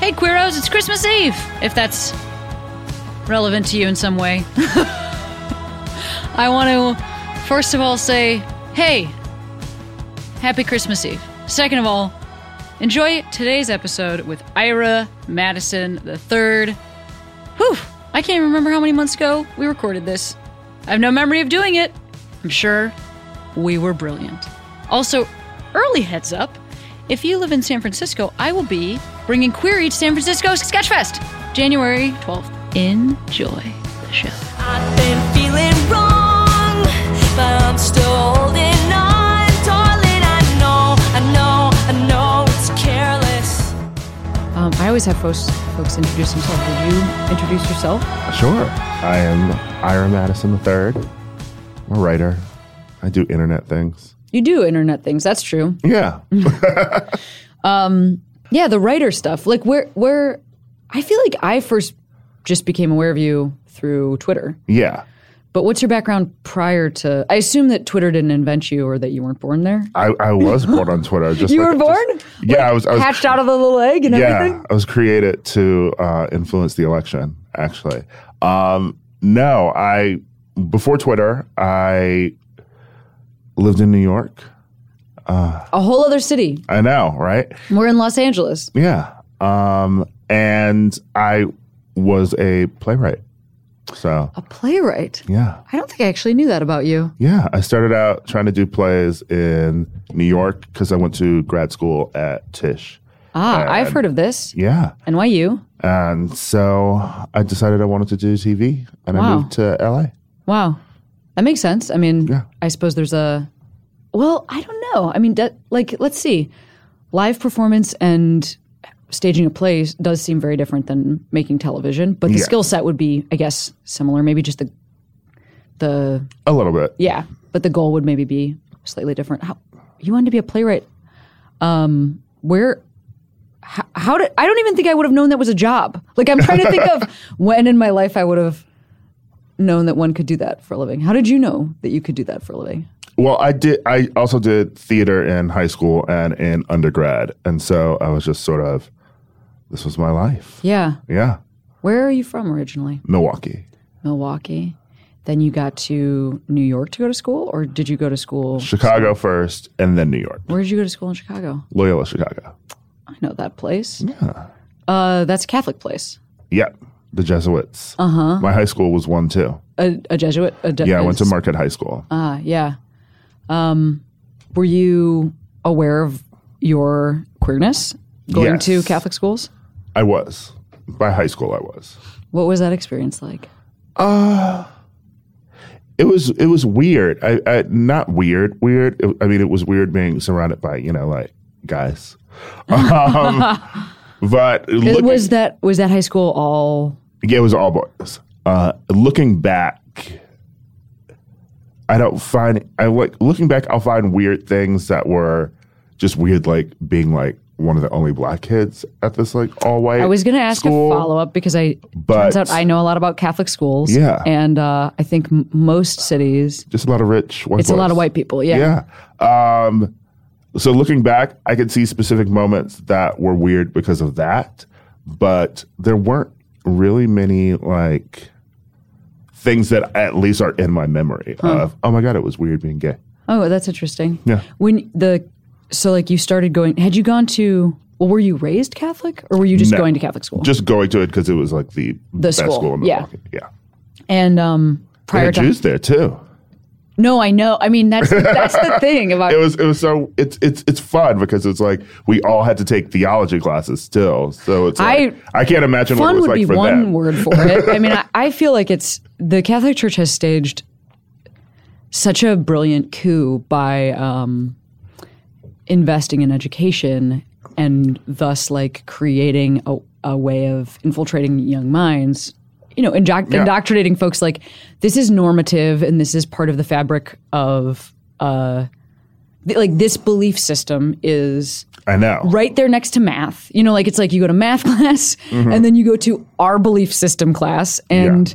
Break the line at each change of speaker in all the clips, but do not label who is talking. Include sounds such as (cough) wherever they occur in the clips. Hey, Queeros, it's Christmas Eve, if that's relevant to you in some way. (laughs) I want to, first of all, say, hey, happy Christmas Eve. Second of all, enjoy today's episode with Ira Madison the third. Whew, I can't remember how many months ago we recorded this. I have no memory of doing it. I'm sure we were brilliant. Also, early heads up if you live in San Francisco, I will be bringing Query to San Francisco Sketchfest January 12th. Enjoy the show.
I've been feeling wrong, but I'm still holding on, darling. I know, I know, I know it's careless.
Um, I always have folks, folks introduce themselves. Did you introduce yourself?
Sure. I am Ira Madison III. I'm a writer. I do internet things.
You do internet things. That's true. (laughs)
Yeah.
Yeah, the writer stuff. Like where, where? I feel like I first just became aware of you through Twitter.
yeah.
But what's your background prior to? I assume that Twitter didn't invent you, or that you weren't born there.
I, I was born on Twitter. Just
You
like-
were born,
just- yeah, I was. I was
hatched out of the little egg and
yeah,
everything.
I was created to uh, influence the election. Actually, um, no. I before Twitter, I lived in New York.
A whole other city.
I know, right?
We're in Los Angeles.
Yeah. Um, and I was a playwright. So
A playwright.
yeah.
I don't think I actually knew that about you.
Yeah, I started out trying to do plays in New York because I went to grad school at Tisch.
Ah,
Uh,
I've heard of this.
Yeah.
NYU.
And so I decided I wanted to do TV and I
Wow.
moved to LA.
Wow. That makes sense. I mean,
Yeah.
I suppose there's a. Well, I don't know. I mean, that, like, let's see. Live performance and staging a play s- does seem very different than making television, but the
Yeah.
skill set would be, I guess, similar. Maybe just the, the
A little bit.
yeah, but the goal would maybe be slightly different. How, you wanted to be a playwright. Um, where? How, how did? I don't even think I would have known that was a job. Like I'm trying to think
(laughs)
of when in my life I would have known that one could do that for a living. How did you know that you could do that for a living?
Well, I did. I also did theater in high school and in undergrad. And so I was just sort of, this was my life.
Yeah.
Yeah.
Where are you from originally?
Milwaukee,
Milwaukee. Then you got to New York to go to school, or did you go to school?
Chicago first, and then New York.
Where did you go to school in Chicago?
Loyola, Chicago.
I know that place. Yeah. Uh, that's a Catholic place.
Yeah. The Jesuits. Uh huh. My high school was one too.
A, a Jesuit. A de-
Yeah, I
a
went to Market High School.
Ah, yeah. Um, were you aware of your queerness going
Yes.
to Catholic schools?
I was. By high school, I was.
What was that experience like?
It was it was weird. I, I not weird. Weird. I mean, it was weird being surrounded by you know like
(laughs)
guys. Um, but
It,
look,
was that was that high school all?
yeah, it was all boys. Uh, looking back, I don't find I like looking back. I'll find weird things that were just weird, like being like one of the only black kids at this like all white.
I was going to ask
school.
a follow up because I
But-
turns out I know a lot about Catholic schools.
Yeah.
and uh, I think m- most cities
Just a lot of rich white.
it's a lot of
boys.
white people. Yeah.
Yeah. Um, so looking back, I could see specific moments that were weird because of that, but there weren't really many like things that at least are in my memory
Hmm.
of. Oh my god, it was weird being gay.
Oh, that's interesting.
Yeah.
When the so like you started going, had you gone to? Well, were you raised Catholic, or were you just
No.
going to Catholic school?
Just going to it because it was like the, best
school,
school. in
yeah.
Milwaukee. yeah.
and um,
They
prior
had
to
Jews there too.
No, I know. I mean, that's that's
(laughs)
the thing about
It was it was so it's it's it's fun because it's like we all had to take theology classes still. So it's like, I can't imagine what it
fun
was
would
like
be
for
one
them.
word for it.
(laughs)
I mean, I, I feel like it's the Catholic Church has staged such a brilliant coup by um, investing in education and thus like creating a, a way of infiltrating young minds, you know, indoctr-
Yeah.
indoctrinating folks like this is normative and this is part of the fabric of uh th- like this belief system is
I know.
right there next to math. You know, like it's like you go to math (laughs) class and then you go to our belief system class. And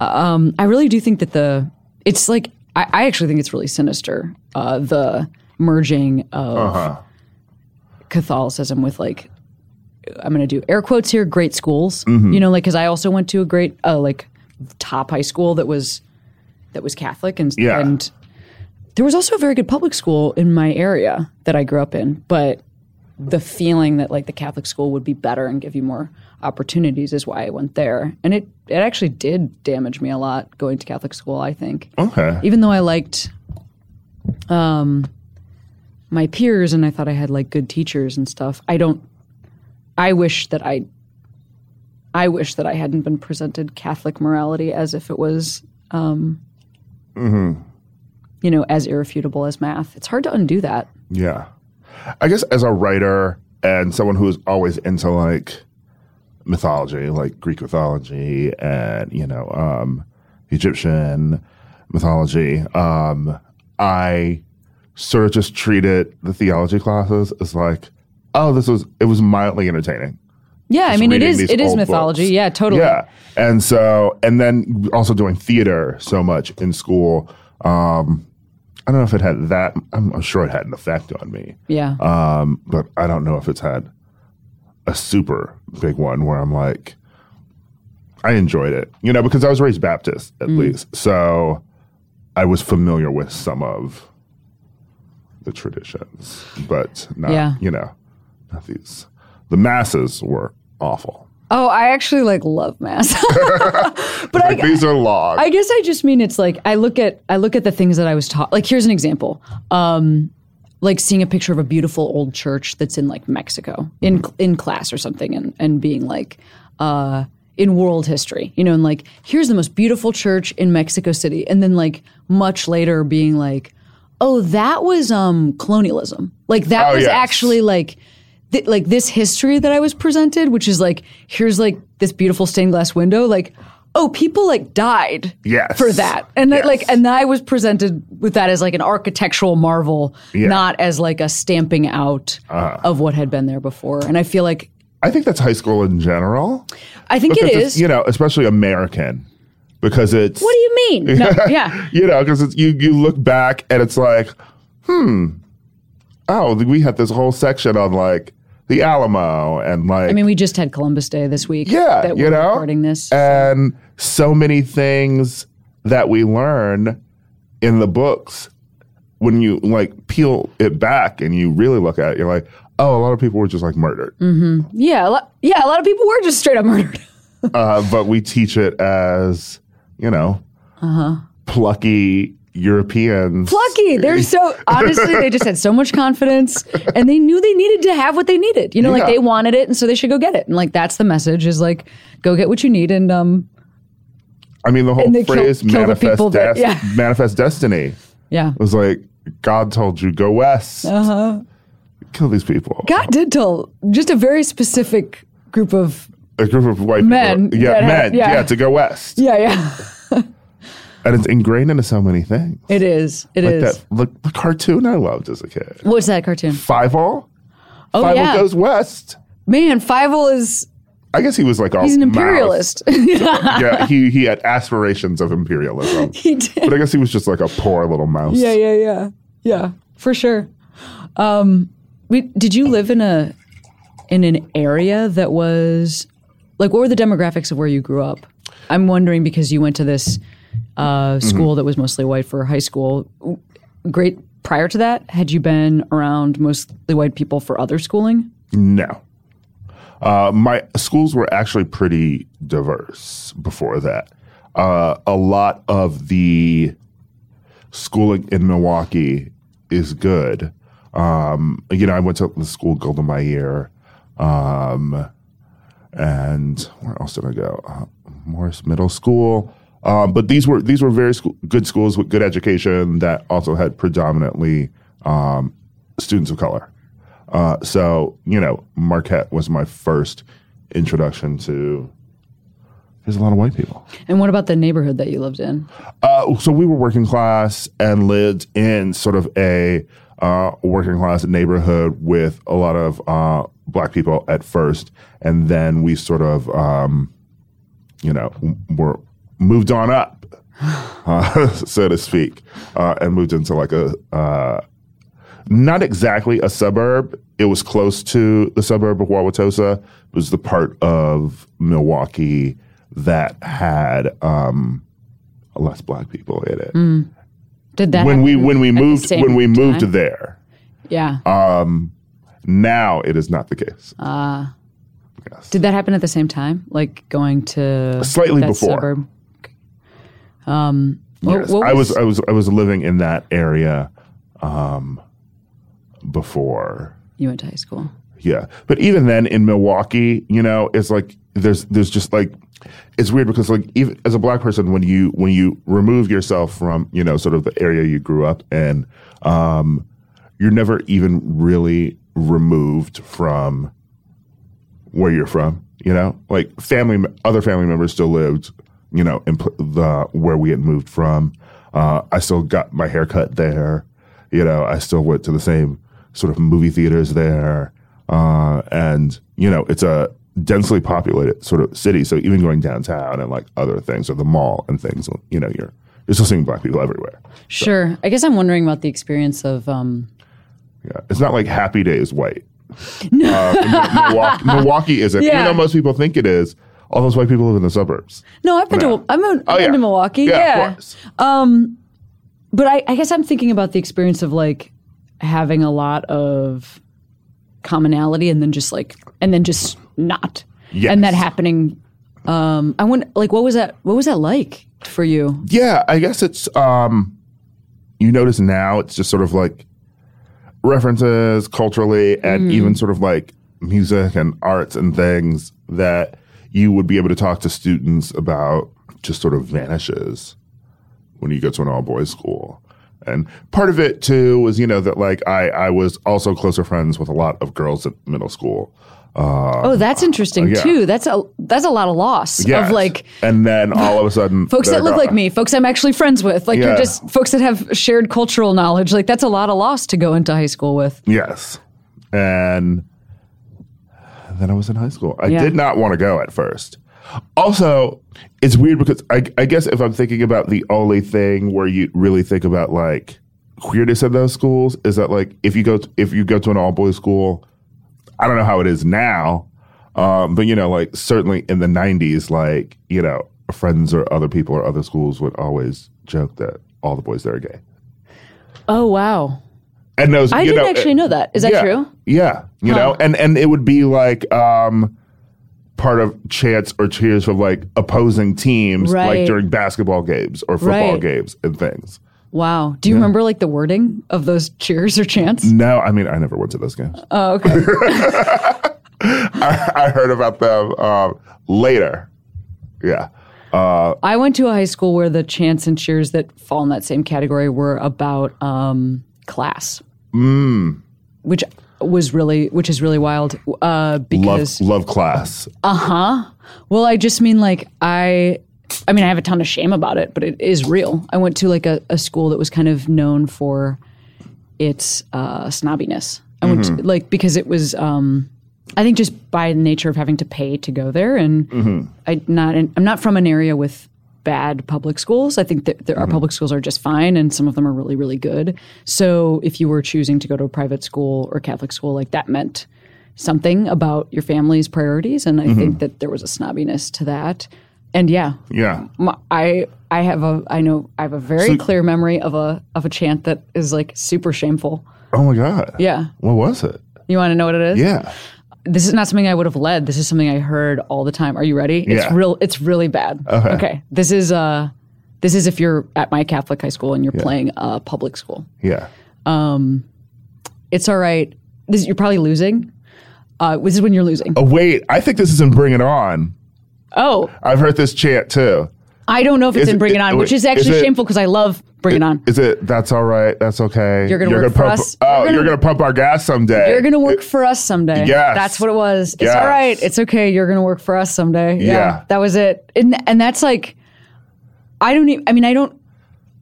um, I really do think that the it's like I, I actually think it's really sinister uh, the merging of Catholicism with like I'm going to do air quotes here great schools. You know, like because I also went to a great uh, like top high school that was that was Catholic and
Yeah.
and there was also a very good public school in my area that I grew up in, but the feeling that like the Catholic school would be better and give you more opportunities is why I went there. And it it actually did damage me a lot going to Catholic school, I think.
Okay.
Even though I liked um my peers and I thought I had like good teachers and stuff. I don't I wish that I I wish that I hadn't been presented Catholic morality as if it was um
Mm-hmm.
you know, as irrefutable as math. It's hard to undo that.
Yeah. I guess as a writer and someone who is always into like mythology, like Greek mythology and, you know, um, Egyptian mythology, um, I sort of just treated the theology classes as like, oh, this was, it was mildly entertaining.
Yeah, I
Just
mean it
reading
is
these
it is
old
mythology.
books.
Yeah, totally.
Yeah. And so, and then also doing theater so much in school. Um, I don't know if it had that, I'm sure it had an effect on me.
Yeah.
Um, but I don't know if it's had a super big one where I'm like, I enjoyed it, you know, because I was raised Baptist at
Mm.
least. So I was familiar with some of the traditions, but not,
Yeah.
you know, not these. The masses were awful.
oh, I actually like love mass. but I,
Like, these are
(laughs)
long.
I guess I just mean it's like I look at I look at the things that I was taught. Like here's an example. Um like seeing a picture of a beautiful old church that's in like Mexico in
Mm-hmm.
in class or something and and being like uh in world history, you know, and like here's the most beautiful church in Mexico City and then like much later being like oh that was um colonialism. Like that
Oh,
was
yes.
actually like th- like this history that I was presented, which is like here's like this beautiful stained glass window, like oh people like died
Yes.
for that, and I-
Yes.
like and I was presented with that as like an architectural marvel,
Yeah. Uh-huh.
not as like a stamping out of what had been there before, and I feel like
I think that's high school in general.
I think it
Because
is.
it's, You know, especially American, because it's.
what do you mean?
(laughs)
No, yeah,
you know, because you you look back and it's like, hmm, oh, we had this whole section on like the Alamo and like,
I mean we just had Columbus Day this week.
yeah,
that
you
we're
know,
recording this.
and so many things that we learn in the books when you like peel it back and you really look at it, you're like, oh, a lot of people were just like murdered,
Mm. yeah, a lot, yeah, a lot of people were just straight up murdered. (laughs)
uh, but we teach it as you know,
Uh-huh.
plucky Europeans.
lucky. They're so honestly, they just had so much confidence, and they knew they needed to have what they needed. You know, like
Yeah.
they wanted it, and so they should go get it. And like that's the message: is like go get what you need, and um,
I mean, the whole
And they kill-
phrase
kill the
manifest,
people that-
des-
yeah.
manifest destiny
yeah.
was like, God told you, go west.
Uh-huh.
Kill these people.
God did tell just a very specific group of
A group of white
Men
people. Yeah,
that had-
men.
yeah.
yeah. to go west.
yeah, yeah.
And it's ingrained into so many things.
It is. It
like
is.
that look, the cartoon I loved as a kid.
What's that cartoon?
Fievel.
Oh
Fievel
yeah,
goes west.
man. Fievel is
I guess he was like all
he's an
mouth.
imperialist. (laughs)
yeah, he, he had aspirations
(laughs)
of imperialism.
he did.
but I guess he was just like a poor little mouse.
Yeah, yeah, yeah, yeah, for sure. Um, we did you live in a in an area that was like what were the demographics of where you grew up? I'm wondering because you went to this uh, school that was mostly white for high school. W- Great. Prior to that, had you been around mostly white people for other schooling?
No. Uh, my schools were actually pretty diverse before that. Uh, a lot of the schooling in Milwaukee is good. Um, you know, I went to the school Golden by Year. Um, and where else did I go? Uh, Morris Middle School. Um, but these were these were very school, good schools with good education that also had predominantly um, students of color. Uh, so you know, Marquette was my first introduction to. There's a lot of white people.
And what about the neighborhood that you lived in?
Uh, so we were working class and lived in sort of a uh, working class neighborhood with a lot of uh, black people at first, and then we sort of, um, you know, w- were moved on up, (laughs) uh, so to speak, uh, and moved into like a uh, not exactly a suburb. It was close to the suburb of Wauwatosa. It was the part of Milwaukee that had um, less black people in it.
Did Mm. that
When we
happen
when we
at the
moved
same
when we moved
time?
there,
yeah.
Uh, now it is not the case.
Uh, Did that happen at the same time? Like going to
Slightly
that
before.
Suburb? Um, what-
Yes.
what
I was I was I was living in that area um, before.
you went to high school.
Yeah, but even then in Milwaukee, you know, it's like there's there's just like it's weird because like even as a black person, when you when you remove yourself from you know sort of the area you grew up in, um, you're never even really removed from where you're from. You know, like family, other family members still lived, you know, in pl- the where we had moved from. Uh, I still got my hair cut there. You know, I still went to the same sort of movie theaters there, uh, and you know, it's a densely populated sort of city. So even going downtown and like other things or the mall and things, you know, you're you're still seeing black people everywhere.
Sure. I guess I'm wondering about the experience of um,
Yeah. It's not like Happy Day is white. Uh,
(laughs)
Milwaukee, Milwaukee isn't. Even
Yeah.
though most people think it is, all those white people live in the suburbs.
No, I've been
No.
to I'm in, I've been to Milwaukee.
Oh, Yeah,
Yeah.
Of course.
But I, I guess I'm thinking about the experience of like having a lot of commonality and then just like and then just not.
Yes.
And that happening um I wonder like what was that what was that like for you?
Yeah, I guess it's um you notice now it's just sort of like references culturally
Mm-hmm.
and even sort of like music and arts and things that you would be able to talk to students about just sort of vanishes when you go to an all boys school. And part of it too was, you know, that like I, I was also closer friends with a lot of girls at middle school.
oh, that's interesting
uh, yeah.
too. That's a that's a lot of loss
Yes.
of like
and then all of a sudden
folks
they're
that look like
gone.
me, folks I'm actually friends with. Like
Yeah.
you're just folks that have shared cultural knowledge. Like that's a lot of loss to go into high school with.
Yes. And then I was in high school. I
Yeah.
did not want to go at first. Also, it's weird because I, I guess if I'm thinking about the only thing where you really think about like queerness in those schools is that like if you go to, if you go to an all boys school, I don't know how it is now, um, but you know, like certainly in the '90s, like you know, friends or other people or other schools would always joke that all the boys there are gay.
Oh wow.
And those,
I
you
didn't
know,
actually
it-
know that. Is that
yeah.
true?
Yeah, you know, and and it would be like um, part of chants or cheers for like opposing teams, like
Right.
during basketball games or football
Right.
games and things.
Wow. Do you remember like the wording of those cheers or chants?
No, I mean I never went to those games.
Oh, okay.
(laughs) I heard about them um, later. Yeah,
I went to a high school where the chants and cheers that fall in that same category were about um, class,
Mm.
which was really, which is really wild. Uh,
love
because,
love class.
Uh-huh. well, I just mean like I, I mean I have a ton of shame about it, but it is real. I went to like a, a school that was kind of known for its uh, snobbiness. I went to, like because it was, um, I think, just by the nature of having to pay to go there, and I not I'm not from an area with bad public schools. I think that there, our public schools are just fine, and some of them are really really good. So if you were choosing to go to a private school or Catholic school, like that meant something about your family's priorities, and I think that there was a snobbiness to that. And yeah,
Yeah,
my, I I have a I know I have a very
So-
clear memory of a of a chant that is like super shameful.
oh my god.
Yeah.
what was it?
You want to know what it is?
Yeah,
This is not something I would have led. This is something I heard all the time. Are you ready? It's
Yeah.
real it's really bad. Okay. This is uh this is if you're at my Catholic high school and you're playing uh, public school.
yeah.
It's all right. This you're probably losing. Uh, this is when you're losing.
Oh wait, I think this is in Bring It On.
Oh,
I've heard this chant too.
I don't know if it's
Is
in
it-
Bring It
it-
On, which
wait,
is actually
is it-
shameful because I love Bring it on.
Is it that's all right? That's okay.
You're gonna work for
pump,
us. You're
Oh, you're
gonna-
gonna, pump our gas someday.
You're gonna work for us someday.
Yes.
that's what it was. It's
Yes.
all right. It's okay. You're gonna work for us someday. Yeah,
Yeah.
that was it. And and that's like, I don't. Even, I mean, I don't.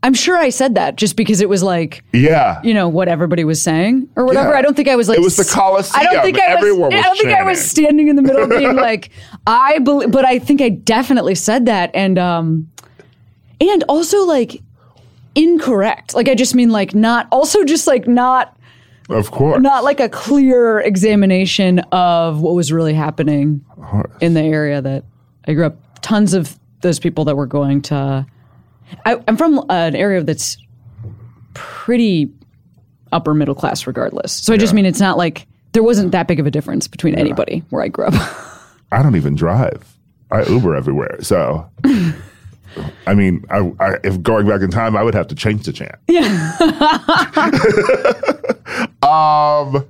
I'm sure I said that just because it was like
yeah.
you know what everybody was saying or whatever.
Yeah.
I don't think I was like
It was the
s-
Colosseum.
I don't think I
Everyone
was.
was
I don't think I was
chanting.
standing in the middle
(laughs)
being like I believe, but I think I definitely said that and um and also like incorrect. Like I just mean like not also just like not
Of course.
not like a clear examination of what was really happening in the area that I grew up. Tons of those people that were going to. I, I'm from uh, an area that's pretty upper middle class, regardless. So I just mean it's not like there wasn't that big of a difference between anybody where I grew up. (laughs)
I don't even drive. I Uber everywhere.
(laughs)
So, I mean, I, I, if going back in time, I would have to change the chant. Yeah. (laughs) um,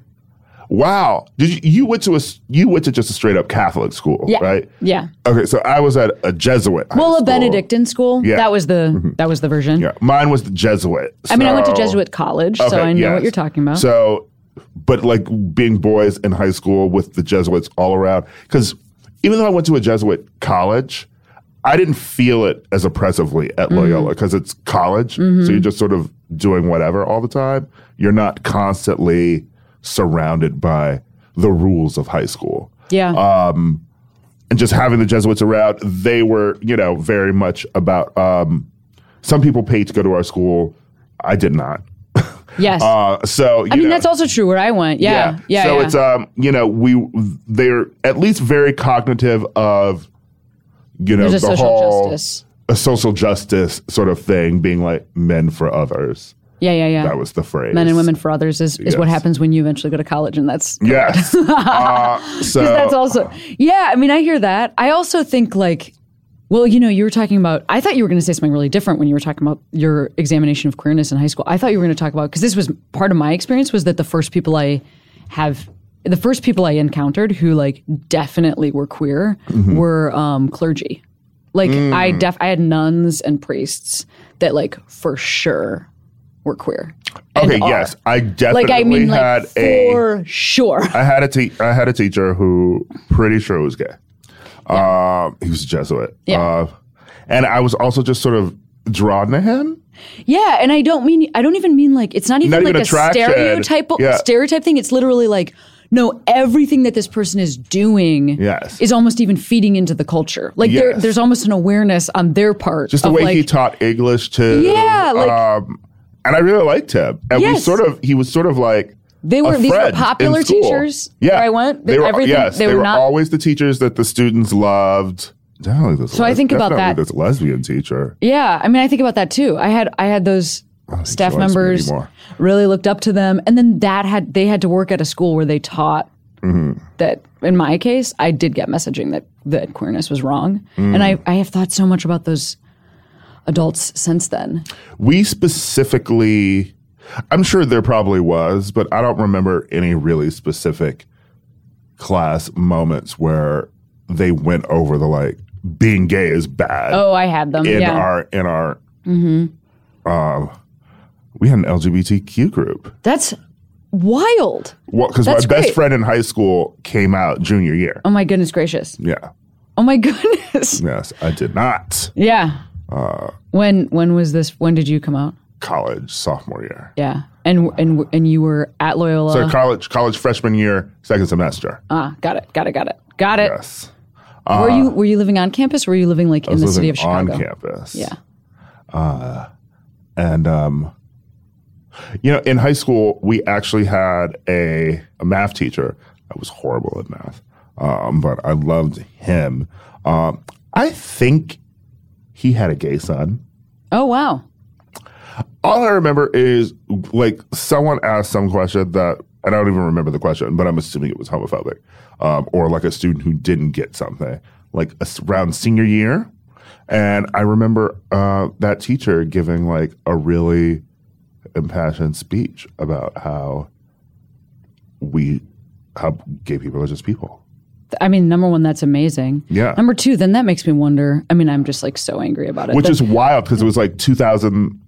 wow. Did you, you went to a s- you went to just a straight up Catholic school,
yeah,
right?
Yeah.
Okay, so I was at a Jesuit. high
Well, a
school.
Benedictine school.
Yeah. Mm-hmm.
That was the that was the version.
Yeah, mine was the Jesuit.
I mean, I went to
so-
Jesuit college, so
Okay,
I know what
yes.
you're talking about.
So, but like being boys in high school with the Jesuits all around, because even though I went to a Jesuit college, I didn't feel it as oppressively at
Mm-hmm.
Loyola because it's college. So you're just sort of doing whatever all the time. You're not constantly surrounded by the rules of high school
yeah.
uh, and just having the Jesuits around, they were, you know, very much about. Um, some people paid to go to our school. I did not.
yes.
Uh, so you
I mean,
know,
that's also true where I went. Yeah. Yeah.
so
yeah.
it's um, you know, we they're at least very cognitive of, you know,
There's a
the
social
whole
justice.
a social justice sort of thing, being like men for others.
Yeah, yeah, yeah.
That was the phrase.
Men and women for others is, is what
Yes.
happens when you eventually go to college, and that's
Yes. (laughs) uh, so
that's also yeah. I mean, I hear that. I also think like, well, you know, you were talking about. I thought you were going to say something really different when you were talking about your examination of queerness in high school. I thought you were going to talk about because this was part of my experience was that the first people I have. The first people I encountered who like definitely were queer
Mm-hmm.
were um, clergy. Like
Mm.
I def I had nuns and priests that like for sure were queer. and
okay,
are.
yes, I definitely
Like I mean,
had
like
a
for sure.
I had a te- I had a teacher who pretty sure was gay. Um, he was a Jesuit.
Yeah.
Uh, and I was also just sort of drawn to him.
Yeah, and I don't mean I don't even mean like it's not even
Not
like
even
a
attraction.
stereotype
Yeah.
stereotype thing. It's literally like no, everything that this person is doing
Yes.
is almost even feeding into the culture. Like there,
Yes.
there's almost an awareness on their part.
Just the
of
way
like,
he taught English to
Yeah, like-
um, and I really liked him. And we
Yes.
sort of he was sort of like
They were-
a
these were
friend in
popular
school.
teachers
Yeah,
where I went?
They
They-
were
everything-
yes,
they
they,
were
were,
not-
always the teachers that the students loved. Definitely this
So I think about
definitely
that.
This lesbian teacher.
Yeah, I mean, I think about that too. I had I had those staff
she likes me
members
anymore.
really looked up to them, and then that had they had to work at a school where they taught
Mm-hmm.
that. In my case, I did get messaging that that queerness was wrong,
Mm.
and I I have thought so much about those adults since then.
We specifically, I'm sure there probably was, but I don't remember any really specific class moments where they went over the like being gay is bad
Oh, I had them.
in
yeah, Mm-hmm.
our in our. Um, we had an LGBTQ group.
that's wild.
Because my
That's
best
great.
friend in high school came out junior year.
Oh my goodness gracious.
Yeah.
Oh my (laughs) goodness.
Yes, I did not.
Yeah.
Uh,
when when was this? When did you come out?
College sophomore year.
Yeah, and and and you were at Loyola.
So college college freshman year, second semester.
Ah, got it, got it, got it, got it.
Yes.
were you were you living on campus? Or were you living like in the
Uh, was
city of
living
Chicago?
on campus. Uh,
Yeah.
and um, you know, in high school, we actually had a, a math teacher. I was horrible at math, um, but I loved him. Um, I think he had a gay son.
Oh wow.
All I remember is like someone asked some question that, and I don't even remember the question, but I'm assuming it was homophobic, um, or like a student who didn't get something, like a s- around senior year. And I remember uh, that teacher giving like a really impassioned speech about how we, how gay people are just people.
Th- I mean, number one, that's amazing.
Yeah.
Number two, then that makes me wonder. I mean, I'm just like so angry about it.
Which
that-
is wild because it was like 2004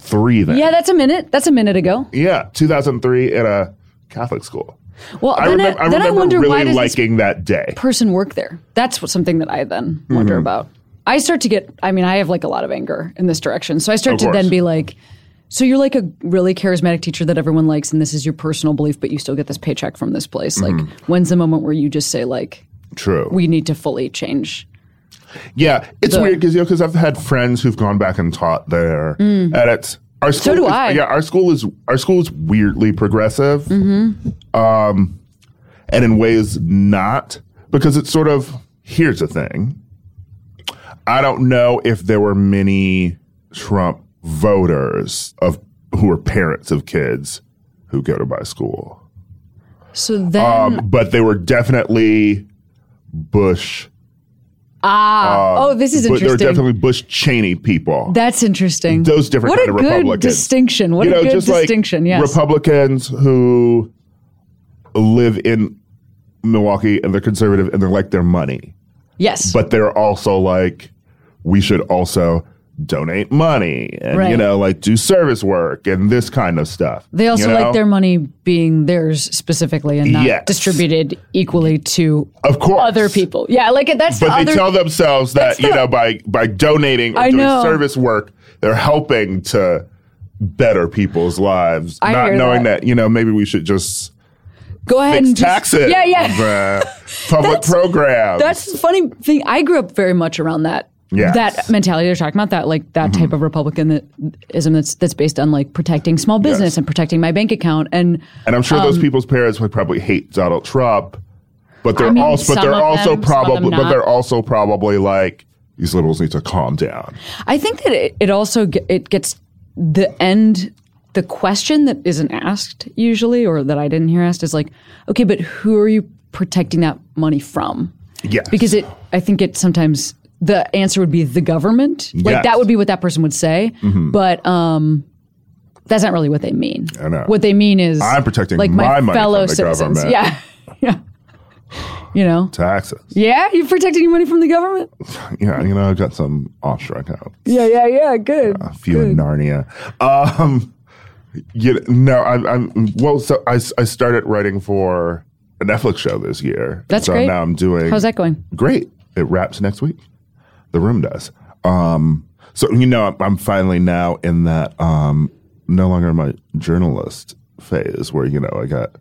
three then.
Yeah, that's a minute. That's a minute ago.
Yeah, 2003 at a Catholic school.
Well,
I,
then,
remember,
I, then I
remember
wonder why
really
does this
liking that day.
person work there? That's what, something that I then wonder
Mm-hmm.
about. I start to get. I mean, I have like a lot of anger in this direction, so I start
Of
to
course.
then be like, "So you're like a really charismatic teacher that everyone likes, and this is your personal belief, but you still get this paycheck from this place. Like,
Mm-hmm.
when's the moment where you just say like,
True.
we need to fully change?
yeah, it's
the-
weird because you know, 'cause I've had friends who've gone back and taught there, and it's our school.
Mm. do
is-
I.
Yeah, our school is our school is weirdly progressive,
Mm-hmm.
um, and in ways not because it's sort of here's the thing. I don't know if there were many Trump voters of who are parents of kids who go to my school.
So then,
Um, but they were definitely Bush.
ah, oh, this is
uh, But they were
interesting.
definitely Bush Cheney people.
That's interesting.
Those different
What
kind
a
of
good
Republicans.
distinction. What
you know,
a good
just
distinction.
like
yes.
Republicans who live in Milwaukee and they're conservative and they like their money,
yes.
but they're also like, we should also donate money and you
Right.
know like do service work and this kind of stuff.
They also
you know?
like their money being theirs specifically and not
Yes.
distributed equally to
of course
other people. Yeah, like that's the
But
other.
they tell themselves that you
the-
know by by donating or
I
doing
know.
service work, they're helping to better people's lives,
I
not
hear
knowing
that.
that. you know maybe we should just
go ahead
fix
and just-
taxes,
Yeah, yeah.
uh,
(laughs)
public
That's-
programs.
That's the funny thing. I grew up very much around that.
Yes. Mm-hmm.
That mentality you're talking about, that like that type of republicanism that's that's based on like protecting small business
Yes.
and protecting my bank account, and
and I'm sure
um,
those people's parents would probably hate Donald Trump, but they're
mean,
also but
some
they're
of
also
them, some of them
probably but
not.
they're also probably like these liberals need to calm down.
I think that it, it also ge- it gets the end the question that isn't asked usually or that I didn't hear asked is like okay but who are you protecting that money from
Yes.
because it I think it sometimes the answer would be the government like
Yes.
that would be what that person would say but um that's not really what they mean
Mm-hmm. I know.
what they mean is
I'm protecting
like
my
my,
money
fellow
from the
citizens
government.
yeah yeah (laughs) you know
taxes.
yeah you're protecting your money from the government
Yeah, you know I've got some offshore accounts.
yeah yeah yeah good
a few in Narnia. Um, you no, I'm, I'm well. So I, s- I started writing for a Netflix show this year.
That's
so
great.
Now I'm doing.
how's that going
Great. It wraps next week. The room does. Um, so you know, I'm, I'm finally now in that um, no longer my journalist phase where you know I got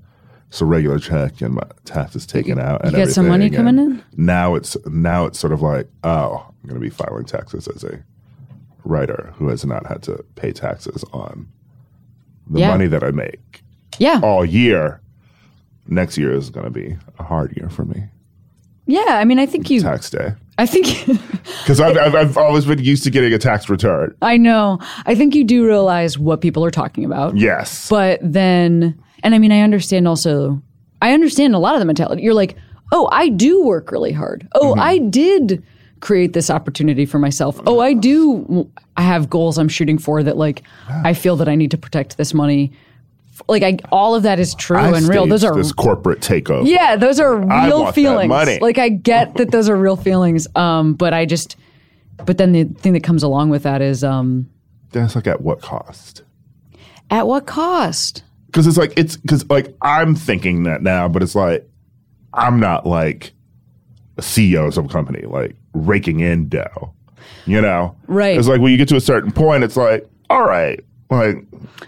it's a regular check and my taxes taken out. And
You get some money
everything, and
coming in?
Now it's now it's sort of like oh, I'm going to be filing taxes as a writer who has not had to pay taxes on the
Yeah.
money that I make
yeah
all year. Next year is going to be a hard year for me.
Yeah, I mean, I think you.
Tax day.
I think (laughs)
Because I've, I've, I've always been used to getting a tax return.
I know. I think you do realize what people are talking about.
Yes.
But then, and I mean, I understand also. I understand a lot of the mentality. You're like, oh, I do work really hard. Oh,
Mm-hmm.
I did create this opportunity for myself. Oh, I do. I have goals I'm shooting for that, like, I feel that I need to protect this money. Like, I all of that is true
I
and real. Those
staged
are
this corporate takeover.
Yeah, those are
I
real
want that
feelings.
money.
Like I get that those are real feelings. Um, but I just but then the thing that comes along with that is um
That's like at what cost?
at what cost?
Because it's like it's because like I'm thinking that now, but it's like I'm not like a CEO of some company like raking in dough. You know,
Right.
It's like when you get to a certain point, it's like all right, like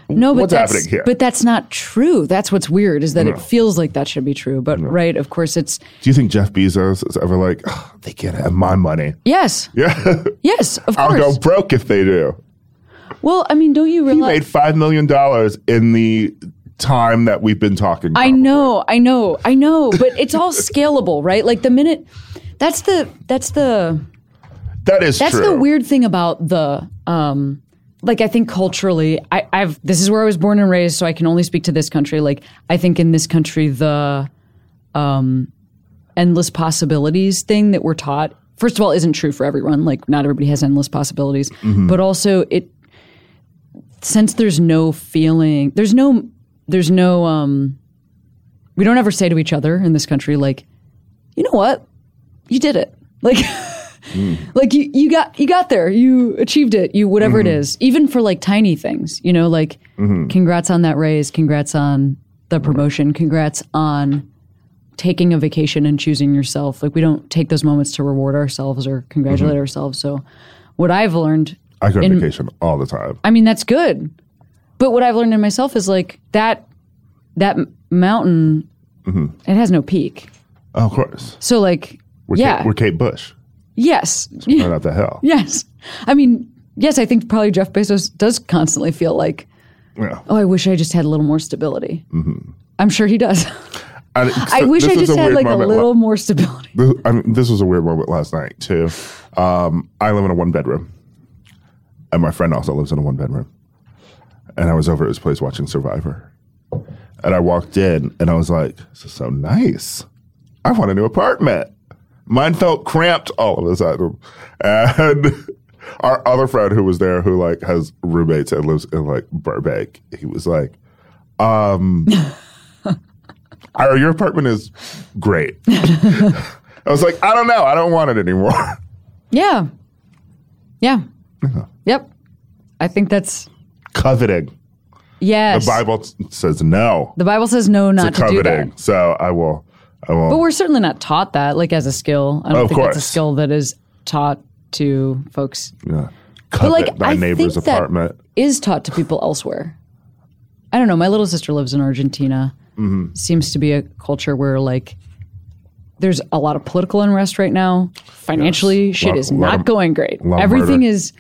No, but
What's
that's
happening here?
but that's not true. That's what's weird is that it feels like that should be true, but right, of course it's
do you think Jeff Bezos is ever like "Ugh, they can't have my money?
yes.
Yeah,
Yes, of
I'll
course.
go broke if they do.
Well, I mean, don't you
He
realize
made five million dollars in the time that we've been talking.
I know, I know, I know, but it's all scalable, right? Like the minute that's the that's the
That is
That's
true.
the weird thing about the um like I think culturally, I, I've this is where I was born and raised, so I can only speak to this country. Like I think in this country the um endless possibilities thing that we're taught, first of all, isn't true for everyone. Like not everybody has endless possibilities. But also it since there's no feeling there's no there's no um we don't ever say to each other in this country like, you know what? You did it. Like Like you, you got you got there. You achieved it. You whatever it
Mm-hmm.
is. Even for like tiny things, you know, like congrats on that raise, congrats on the promotion, congrats on taking a vacation and choosing yourself. Like we don't take those moments to reward ourselves or congratulate
Mm-hmm.
ourselves. So what I've learned
I go on vacation all the time.
I mean, that's good. But what I've learned in myself is like that that m- mountain,
Mm-hmm.
it has no peak.
Oh, of course.
So like,
We're
yeah,
Kate, we're Kate Bush.
yes,
Right out the hell.
yes. I mean, yes. I think probably Jeff Bezos does constantly feel like,
Yeah.
oh, I wish I just had a little more stability. I'm sure he
(laughs)
does.
And
I
so
wish I
Mm-hmm. this was
just
a
had
weird
like a
moment.
little more stability.
This, I mean, this was a weird moment last night too. Um, I live in a one bedroom, and my friend also lives in a one bedroom. And I was over at his place watching Survivor, and I walked in, and I was like, "This is so nice. I want a new apartment." Mine felt cramped all of a sudden, and (laughs) our other friend who was there, who like has roommates and lives in like Burbank, he was like, um, "Our your apartment is great." I was like, "I don't know. I don't want it anymore." (laughs)
Yeah, yeah,
Uh-huh.
yep. I think that's
coveting.
yes.
The Bible s- says no
The Bible says no,
to
not to do that.
coveting. So I will. I will.
But we're certainly not taught that, like as a skill. I don't
Of
think that's
course.
a skill that is taught to folks.
yeah, covet
like,
thy
I
neighbor's
think that-
apartment.
Is taught to people elsewhere. I don't know. My little sister lives in Argentina.
Mm-hmm.
Seems to be a culture where like there's a lot of political unrest right now. Financially,
Yes.
shit
Lot-
is
lot
not
of-
going great.
lot of
Everything
murder.
is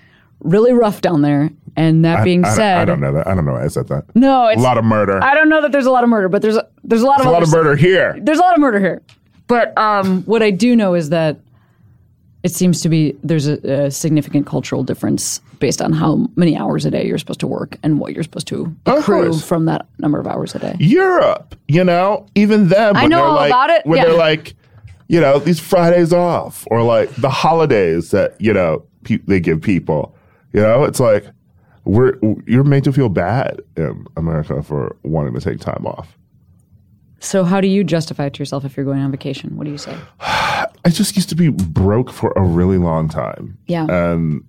really rough down there. And that being
I,
said,
I don't know that. I don't know. Why I said that.
no,
a
it's
lot of murder.
I don't know that there's a lot of murder, but there's a, there's a lot of
a lot
other
of
stuff.
murder here.
there's a lot of murder here. But um, what I do know is that it seems to be there's a, a significant cultural difference based on how many hours a day you're supposed to work and what you're supposed to
Of
accrue
course.
from that number of hours a day.
Europe. You know, even them.
I
when
know
they're
all
like,
about it.
When
Yeah.
they're like, you know, these Fridays off or like the holidays that you know pe- they give people. You know, it's like we're you're made to feel bad in America for wanting to take time off.
So how do you justify it to yourself if you're going on vacation? What do you say?
I just used to be broke for a really long time.
Yeah.
And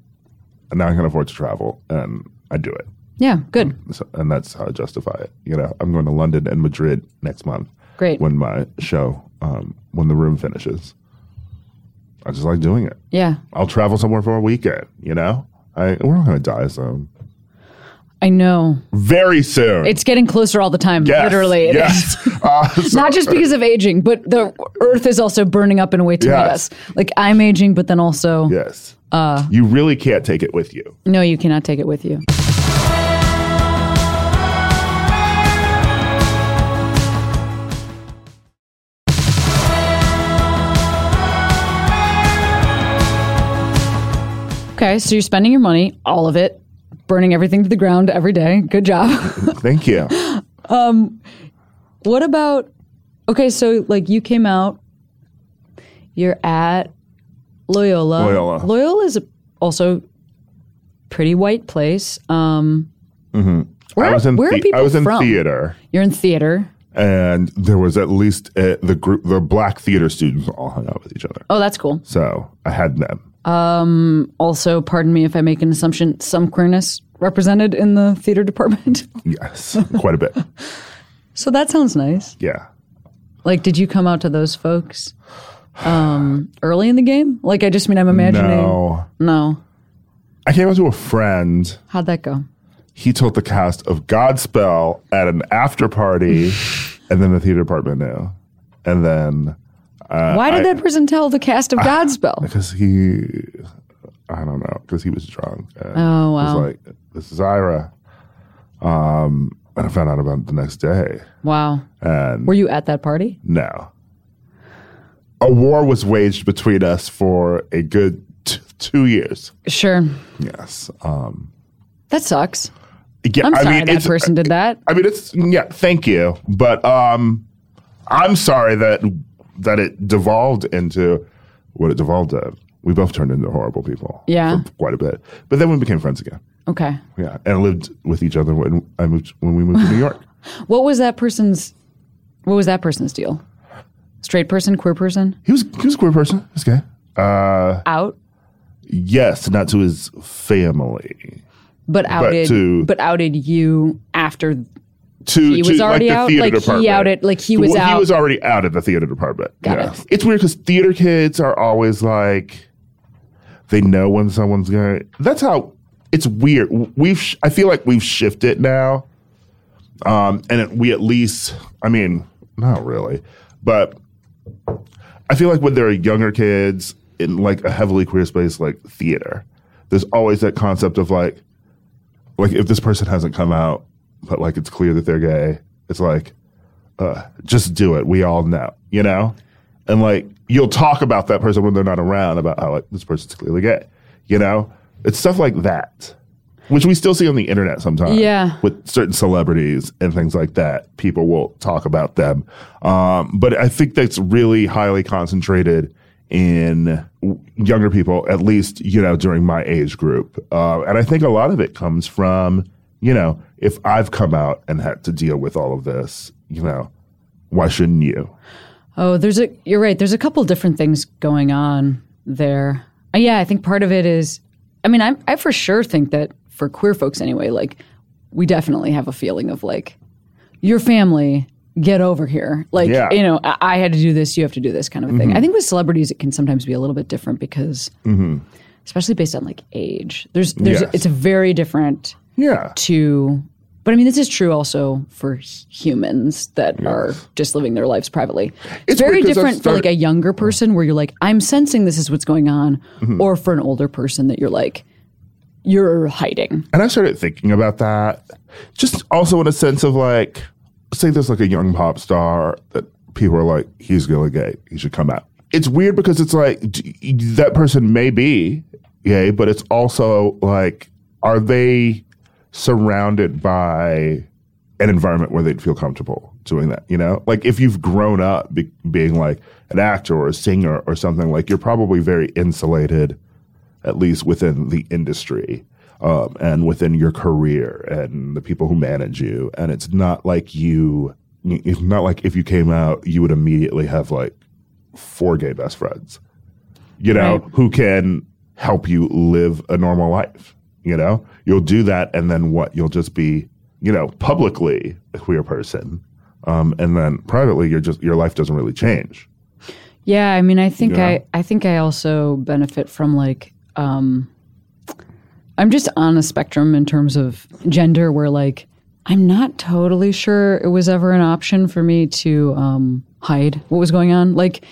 and now I can afford to travel and I do it.
yeah, good.
So, and that's how I justify it. You know, I'm going to London and Madrid next month.
Great.
When my show, um, when the room finishes. I just like doing it.
Yeah.
I'll travel somewhere for a weekend, you know? I, we're not going to die so
I know.
very soon.
It's getting closer all the time,
Yes,
literally. it
yes.
is. (laughs)
Uh, so-
Not just because of aging, but the earth is also burning up in a way to hurt
Yes.
us. Like I'm aging, but then also
yes.
Uh.
you really can't take it with you.
No, you cannot take it with you. Okay, so you're spending your money, all of it, burning everything to the ground every day. Good job. (laughs)
Thank you.
what about Okay, so like you came out you're at Loyola.
Loyola.
Loyola is a, also pretty white place. Um where,
Mm-hmm. I was in,
where are
the-
people
I was in
from?
theater.
You're in theater.
and there was at least uh, the group, the black theater students all hung out with each other.
Oh, that's cool.
So I had them.
Also, pardon me if I make an assumption, some queerness represented in the theater department. (laughs)
Yes, quite a bit.
so that sounds nice.
Yeah.
Like, did you come out to those folks um, early in the game? Like, I just mean, I'm imagining.
No,
No.
I came out to a friend.
How'd that go?
He told the cast of Godspell at an
(laughs)
after party, and then the theater department knew, and then
Why did that person tell the
(laughs)
cast of Godspell?
because he, I don't know, because he was drunk. And
Oh,
Was
wow.
like this is Ira, um, and I found out about it the next day.
Wow.
And
Were you at that party?
No. A war was waged between us for a good t- two years.
Sure.
Yes. Um,
That sucks.
yeah,
I'm sorry
mean,
that
it's-
person did that.
I mean, it's yeah. Thank you, but um, I'm sorry that that it devolved into what it devolved to. We both turned into horrible people.
Yeah.
for quite a bit, but then we became friends again.
Okay.
Yeah, and lived with each other when I moved when we moved to New York.
What was that person's? What was that person's deal? Straight person, queer person,
He was he was a queer person. He was gay. Uh,
out.
Yes, not to his family.
but outed
to-
but outed you after
To
He
to,
was already
like the
out?
theater
Like, he
department.
outed- like, he was
well,
out-
He was already out at the theater department.
Got
yeah.
it.
It's weird because theater kids are always like, they know when someone's going. to That's how it's weird. We've sh- I feel like we've shifted now, um, and it, we at least I mean not really, but I feel like when there are younger kids in like a heavily queer space like theater, there's always that concept of like, like if this person hasn't come out, but like it's clear that they're gay, it's like, uh, just do it. We all know, you know, and like you'll talk about that person when they're not around about how like this person's clearly gay, you know. It's stuff like that, which we still see on the internet sometimes.
Yeah.
with certain celebrities and things like that, people will talk about them. Um, but I think that's really highly concentrated in w- younger people, at least you know during my age group, uh, and I think a lot of it comes from you know if I've come out and had to deal with all of this, you know, why shouldn't you?
Oh, there's a. You're right. There's a couple different things going on there. Uh, Yeah, I think part of it is. I mean, I I for sure think that for queer folks anyway, like we definitely have a feeling of like your family get over here. Like
Yeah. Mm-hmm.
you know, I, I had to do this. You have to do this kind of a thing. I think with celebrities, it can sometimes be a little bit different because, especially based on like age, there's there's
Mm-hmm. Yes.
it's a very different
Yeah,
to but i mean this is true also for h- humans that are just living their lives privately it's,
It's
very
because I've
different for like
started-
a younger person where you're like i'm sensing this is what's going on
Mm-hmm.
or for an older person that you're like you're hiding
and I started thinking about that, just also in a sense of like, say there's like a young pop star that people are like, he's really gay, he should come out. It's weird because it's like d- that person may be gay, but it's also like, are they surrounded by an environment where they'd feel comfortable doing that? You know, like if you've grown up be- being like an actor or a singer or something, like you're probably very insulated at least within the industry um, and within your career and the people who manage you. And it's not like you, it's not like if you came out, you would immediately have like four gay best friends, you know,
Right.
who can help you live a normal life. You know, you'll do that. And then what? You'll just be, you know, publicly a queer person. Um, and then privately, you're just, your life doesn't really change.
Yeah, I mean, I think
Yeah.
I, I think I also benefit from like, um, I'm just on a spectrum in terms of gender, where like I'm not totally sure it was ever an option for me to um, hide what was going on. Like,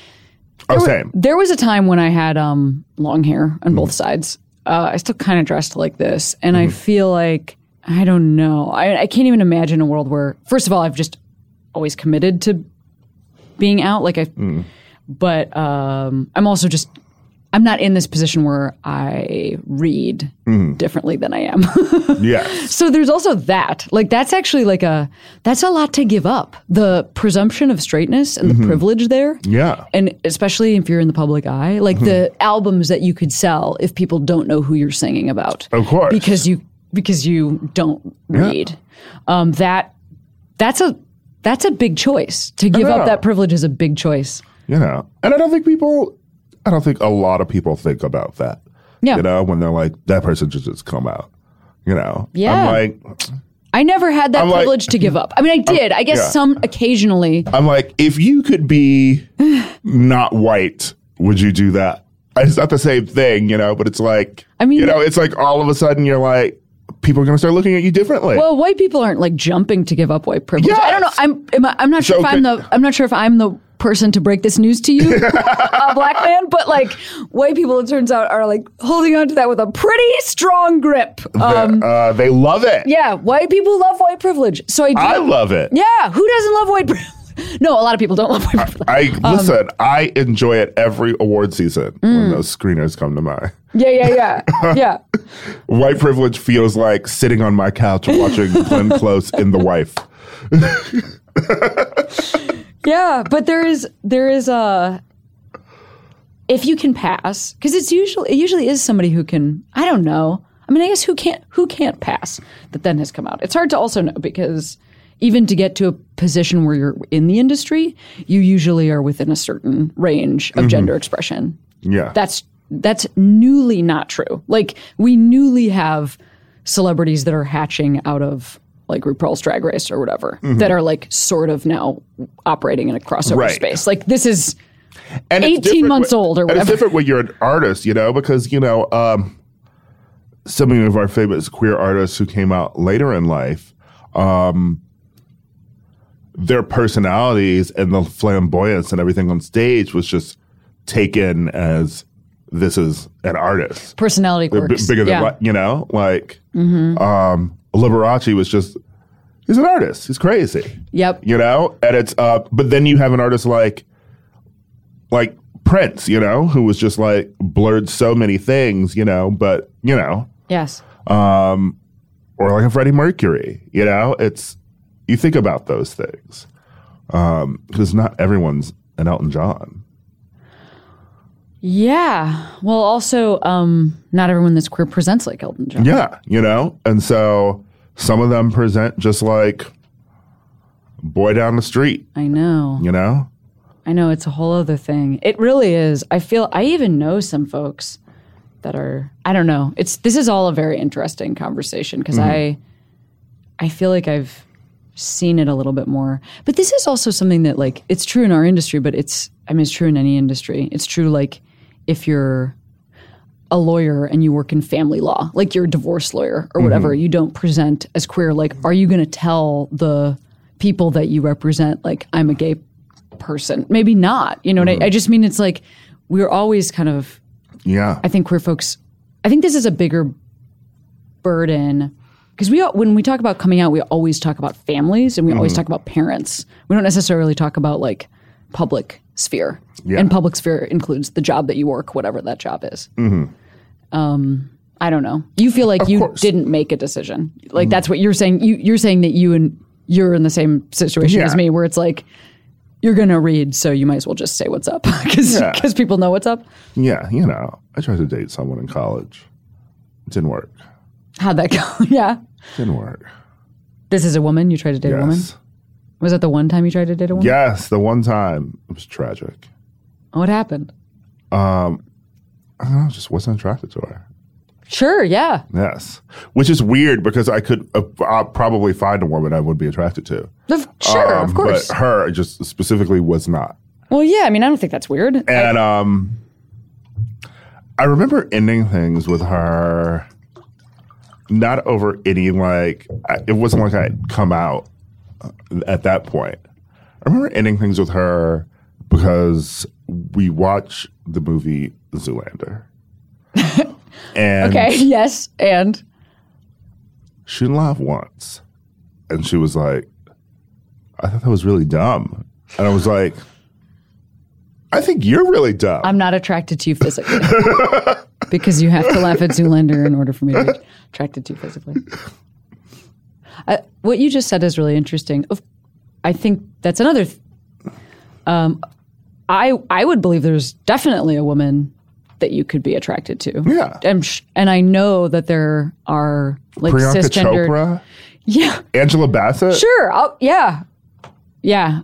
Oh, same. Mm-hmm.
there was a time when I had um, long hair on both sides. Uh, I still kind of dressed like this, and I feel like I don't know. I, I can't even imagine a world where, first of all, I've just always committed to being out. Like I,
Mm.
but um, I'm also just I'm not in this position where I read
Mm-hmm.
differently than I am. (laughs)
Yes.
so there's also that. Like that's actually like a that's a lot to give up. The presumption of straightness and the privilege there
Mm-hmm. Yeah. Mm-hmm.
and especially if you're in the public eye, like the albums that you could sell if people don't know who you're singing about,
Of course.
because you because you don't read. Um, that that's a that's a big choice to give
know.
up. That privilege is a big choice.
you know and i don't think people i don't think a lot of people think about that
Yeah.
you know when they're like that person should just come out you know i'm
Yeah.
like
I never had that
I'm like-
privilege to give up. I mean, I did. I guess
yeah.
some occasionally.
i'm like if you could be
(laughs)
not white would you do that it's not the same thing you know but it's like
I mean-
you know it's like all of a sudden you're like people are going to start looking at you differently
Well, white people aren't like jumping to give up white privilege. I don't know.
Yes.
I'm am I, am not sure
So
if I'm
could-
the I'm not sure if I'm the person to break this news to you, a black man. But like white people, it turns out are like holding on to that with a pretty strong grip. Um,
uh, they love it
yeah, white people love white privilege. So I, do,
i love it
yeah. Who doesn't love white? privilege? (laughs) no, a lot of people don't love white privilege.
I listen. I enjoy it every award season
Mm.
when those screeners come to mind.
Yeah, yeah, yeah, yeah.
White privilege feels like sitting on my
(laughs)
couch watching Glenn Close in The Wife.
yeah but there is there is a if you can pass because it's usually it usually is somebody who can i don't know i mean i guess who can't who can't pass that then has come out it's hard to also know because even to get to a position where you're in the industry you usually are within a certain range of gender expression
Yeah.
that's that's newly not true. Like we newly have celebrities that are hatching out of like RuPaul's Drag Race or whatever that are like sort of now operating in a crossover
Mm-hmm. Right.
space. Like this is
and it's
18
different
months
when-
old or
And it's
whatever.
different when you're an artist, you know, because you know um, so many of our favorite queer artists who came out later in life, um, their personalities and the flamboyance and everything on stage was just taken as this is an artist.
personality
They're b-
quirks.
bigger than
yeah.
what you know, like um, Liberace was just he's an artist. He's crazy
Yep.
you know and it's uh but then you have an artist like like prince you know who was just like blurred so many things you know but you know
Yes.
or like a freddie mercury you know it's you think about those things um because not everyone's an elton john
Yeah. Well, also, um, not everyone that's queer presents like Elton John.
yeah you know and so some of them present just like boy down the street
I know.
you know
I know it's a whole other thing. It really is. I feel I even know some folks that are I don't know. It's this is all a very interesting conversation because I I feel like I've seen it a little bit more. But this is also something that like it's true in our industry, but it's I mean it's true in any industry. It's true like if you're a lawyer and you work in family law, like you're a divorce lawyer or whatever, you don't present as queer. Like, are you going to tell the people that you represent, like, I'm a gay person? Maybe not. You know what I, I just mean? It's like we're always kind of,
yeah
I think queer folks, I think this is a bigger burden because we, al- when we talk about coming out, we always talk about families and we
Mm-hmm.
always talk about parents. We don't necessarily talk about like public sphere.
Yeah.
And public sphere includes the job that you work, whatever that job is. Um, I don't know. You feel like you
Mm-hmm. course. Mm-hmm.
didn't make a decision. Like that's what you're saying. You you're saying that you and you're in the same situation
Yeah.
as me, where it's like you're gonna read, so you might as well just say what's up (laughs) because
Yeah.
people know what's up.
yeah you know i tried to date someone in college didn't work
How'd that go? (laughs) yeah.
didn't work
This is a woman. You tried to date a woman.
Yes.
Was that the one time you tried to date a woman?
Yes, the one time it was tragic.
What happened?
I don't know, just wasn't attracted to her.
Sure. Yeah.
Yes, which is weird because I could uh, I'll probably find a woman I would be attracted to.
Of- sure.
Um,
of course.
but her just specifically was not.
well, yeah. I mean, I don't think that's weird.
And um, I remember ending things with her, not over any like I, it wasn't like I'd come out uh, at that point. I remember ending things with her because we watch the movie
(laughs)
Zoolander, and
okay. (laughs) Yes. And
she laughed once, and she was like, "I thought that was really dumb," and I was like. I think you're really dumb.
I'm not attracted to you physically. (laughs) because you have to laugh at Zoolander in order for me to be attracted to you physically. I, what you just said is really interesting. Of- I think that's another. Th- um, I I would believe there's definitely a woman that you could be attracted to.
Yeah.
and, sh- and I know that there are like
Priyanka
cisgender.
Chopra,
Yeah,
Angela Bassett.
sure. I'll, yeah, yeah.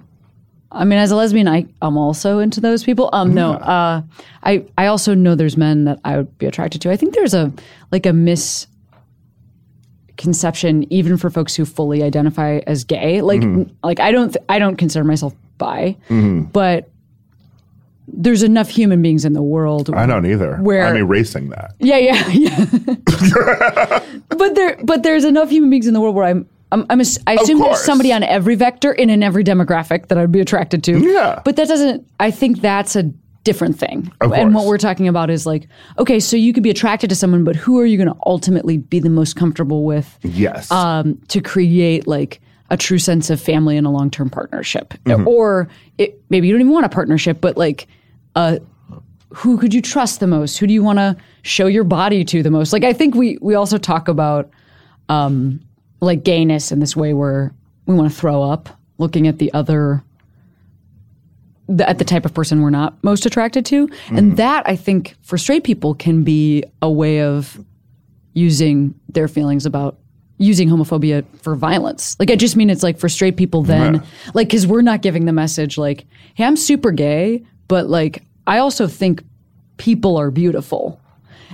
I mean, as a lesbian, I I'm also into those people. Um, no, uh, I I also know there's men that I would be attracted to. I think there's a like a misconception even for folks who fully identify as gay. Like like I don't th- I don't consider myself bi, but there's enough human beings in the world
I don't either.
Where-
I'm erasing that.
yeah, yeah, (laughs) yeah.
(laughs)
but there, but there's enough human beings in the world where I'm. I'm, I'm ass- I assume there's
course.
somebody on every vector and in every demographic that I'd be attracted to.
Yeah.
But that doesn't. I think that's a different thing.
Of
and what
course.
we're talking about is like, okay, so you could be attracted to someone, but who are you going to ultimately be the most comfortable with?
Yes.
um, to create like a true sense of family and a long term partnership. Or it, maybe you don't even want a partnership, but like, uh, who could you trust the most? Who do you want to show your body to the most? Like, I think we we also talk about um, like gayness in this way where we want to throw up looking at the other. The, at the type of person we're not most attracted to.
Mm-hmm.
And that, I think, for straight people can be a way of using their feelings about using homophobia for violence. Like I just mean it's like for straight people then like cuz we're not giving the message like hey I'm super gay but like I also think people are beautiful.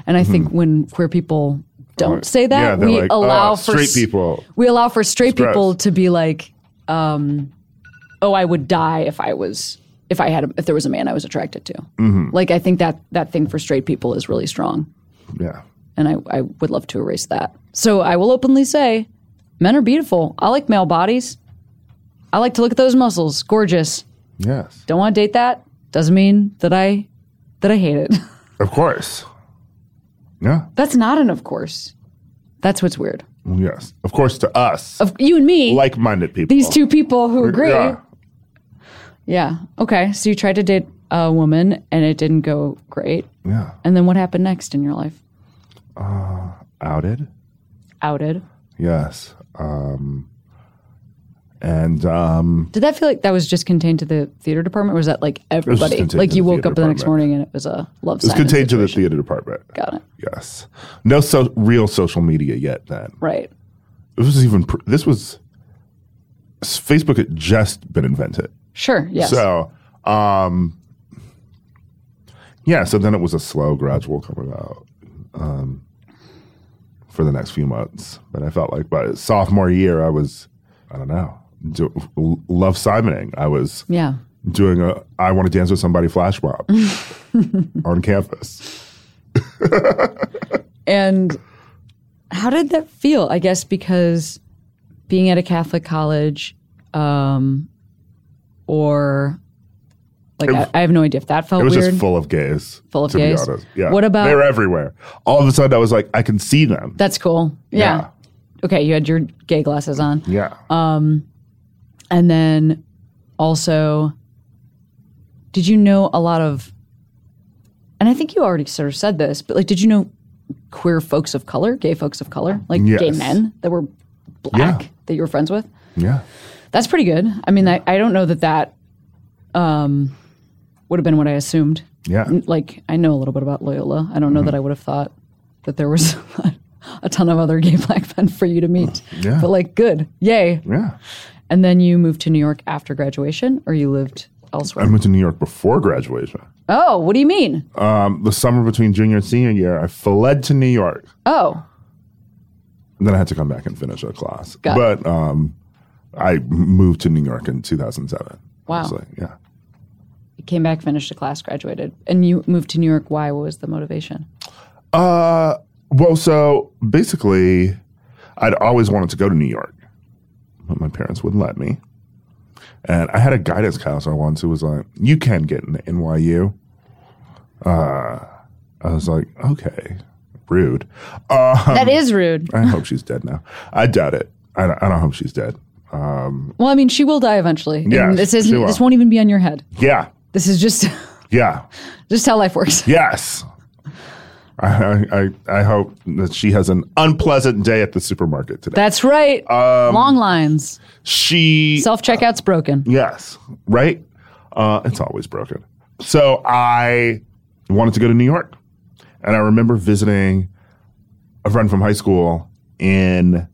And I think when queer people don't
Mm-hmm. Right.
say
Yeah,
that,
they're
we
like,
allow
"Oh,
for
straight
s-
people."
We allow for straight
Stress.
people to be like, um, "Oh, I would die if I was if I had a, if there was a man I was attracted to." Like I think that that thing for straight people is really strong,
Yeah.
and I I would love to erase that. So I will openly say, men are beautiful. I like male bodies. I like to look at those muscles, gorgeous.
Yes.
Don't want to date that. Doesn't mean that I that I hate it. (laughs)
Of course. Yeah.
That's not an of course. That's what's weird.
Yes. Of course to us.
Of you and me,
Like minded people.
these two people who agree.
Yeah.
Yeah. Okay. So you tried to date a woman and it didn't go great.
Yeah.
And then what happened next in your life?
Outed.
Outed.
Yes. Um and um
Did that feel like that was just contained to the theater department, or was that like everybody?
contained
Like
to
you
the
woke
theater
up the next
department.
morning and it was a love.
it was
Simon
contained to the
situation.
theater department.
Got it.
Yes. No so real social media yet then.
Right.
This was even pr- this was s- Facebook had just been invented.
Sure. Yes.
So, um, yeah, so then it was a slow, gradual coming out um, for the next few months. But I felt like by sophomore year, I was, I don't know, do, l- love Simoning. I was
yeah.
doing a I Want to Dance with Somebody flash
(laughs)
mob on campus.
And how did that feel? I guess because being at a Catholic college, um, or like I, I have no idea if that felt
It was
weird.
just full of gays.
Full of
to
gays?
Be honest. Yeah.
What about-
They were everywhere. All of a sudden, I was like, I can see them.
That's cool. Yeah. Uh, Okay, you had your gay glasses on,
Yeah.
and then also, did you know a lot of? And I think you already sort of said this, but like, did you know queer folks of color, gay folks of color, like gay
Yes.
men that were black
Yeah.
that you were friends with?
yeah.
That's pretty good. I mean, I, I don't know that that um, would have been what I assumed.
Yeah. Mm-hmm.
N- Like, I know a little bit about Loyola. I don't know that I would have thought that there was (laughs) a ton of other (laughs) gay black men for you to meet.
(laughs) Yeah.
But, like, good. Yay.
Yeah.
And then you moved to New York after graduation, or you lived
I
elsewhere?
moved to New York before graduation.
oh, what do you mean?
the summer between junior and senior year, I fled to New York.
oh,
And then I had to come back and finish a class.
Got
but um, I moved to New York in 2007.
Wow.
Obviously. Yeah.
you came back, finished a class, graduated. And you moved to New York. Why? What was the motivation?
Uh, well, so basically, I'd always wanted to go to New York, but my parents wouldn't let me. And I had a guidance counselor once who was like, "You can get into NYU." Uh, I was like, "Okay, rude." Uh,
that is rude.
Um, (laughs) I hope she's dead now. I doubt it. I don't, I don't hope she's dead.
Well, I mean, she will die eventually. And
Yes,
this
she
isn't.
will.
This won't even be on your head.
Yeah.
This is just, (laughs)
Yeah.
just how life works.
Yes. I, I, I- I hope that she has an unpleasant day at the supermarket today.
That's right.
Um,
Long lines.
she,
Self checkout's broken.
yes, right? Uh, it's always broken. So I wanted to go to New York. And I remember visiting a friend from high school in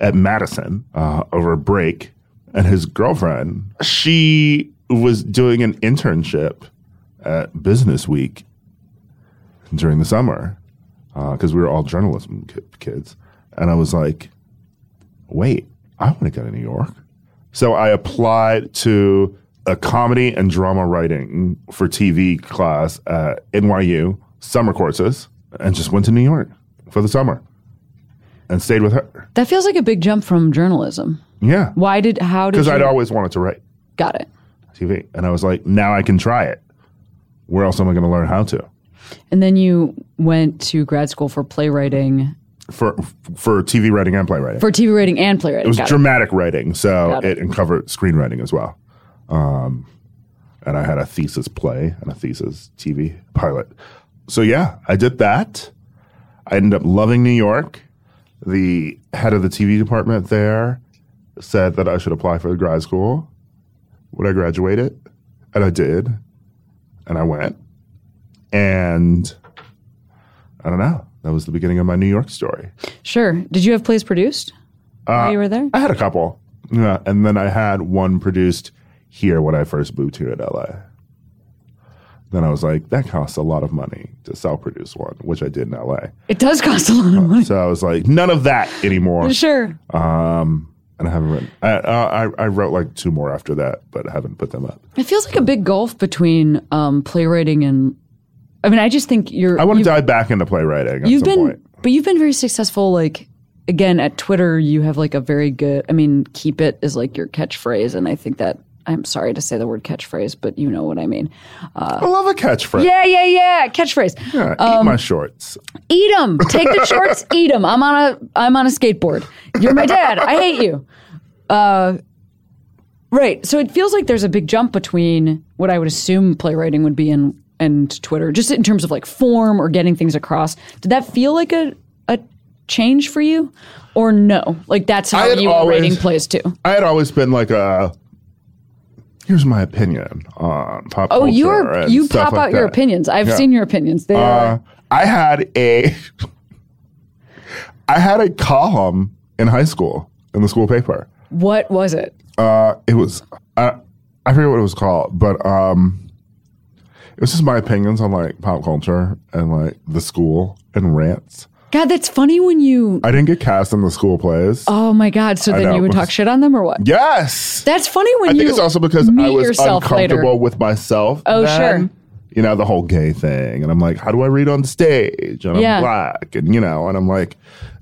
at Madison uh, over a break, and his girlfriend, she was doing an internship at Business Week during the summer because we were all journalism ki- kids. And I was like, wait, I want to go to New York. So I applied to a comedy and drama writing for TV class at NYU summer courses and just went to New York for the summer and stayed with her.
That feels like a big jump from journalism.
Yeah.
Why did? How did?
Because
you-
I'd always wanted to write
got it.
TV. And I was like, now I can try it. Where else am I going to learn how to?
And then you went to grad school for playwriting,
For, for TV writing and playwriting.
for TV writing and playwriting.
it was
Got
dramatic writing, so
Got it.
it. covered screenwriting as well. Um, and I had a thesis play and a thesis TV pilot. So yeah, I did that. I ended up loving New York. The head of the TV department there said that I should apply for grad school when I graduated, and I did, and I went, and I don't know. That was the beginning of my New York story.
Sure. Did you have plays produced
Uh,
while you were there?
I had a couple. Yeah, and then I had one produced here when I first moved here in LA. Then I was like, that costs a lot of money to self produce one, which I did in LA.
It does cost a lot of
(laughs)
money.
So I was like, none of that anymore.
Sure.
Um, and I haven't written, I, uh, I, I wrote like two more after that, but I haven't put them up.
It feels like a big gulf between um, playwriting and. I mean, I just think you're.
I want to dive back into playwriting at
You've
some
been,
point.
but you've been very successful. Like again, at Twitter, you have like a very good. I mean, keep it is like your catchphrase, and I think that I'm sorry to say the word catchphrase, but you know what I mean.
I love a catchphrase.
uh, Yeah, um, yeah, yeah, catchphrase.
Yeah, eat my shorts.
Eat them. Take
(laughs)
the shorts. eat them. I'm on a. I'm on a skateboard. You're my dad. I hate you. Uh, right. So it feels like there's a big jump between what I would assume playwriting would be and and Twitter, just in terms of like form or getting things across. Did that feel like a a change for you, or no? Like that's
I
how
had
you were
always-
rating plays too.
I had always been like a. Here's my opinion on pop.
Oh,
culture
you're
and
you
stuff
pop
like
out your
that.
opinions. I've
Yeah.
seen your opinions. They
Uh,
are
I had a. (laughs) I had a column in high school in the school paper.
what was it?
Uh, it was I, I forget what it was called, but um, it was just my opinions on like pop culture and like the school and rants.
God, that's funny when you.
I didn't get cast in the school plays.
Oh my God! So then
know.
you would talk shit on them or what?
yes,
That's funny when
I
you
think it's also because
meet
I was
yourself
uncomfortable
later.
with myself.
Oh,
then.
sure.
You know, the whole gay thing. And I'm like, how do I read on stage? And
Yeah.
I'm black. And, you know, and I'm like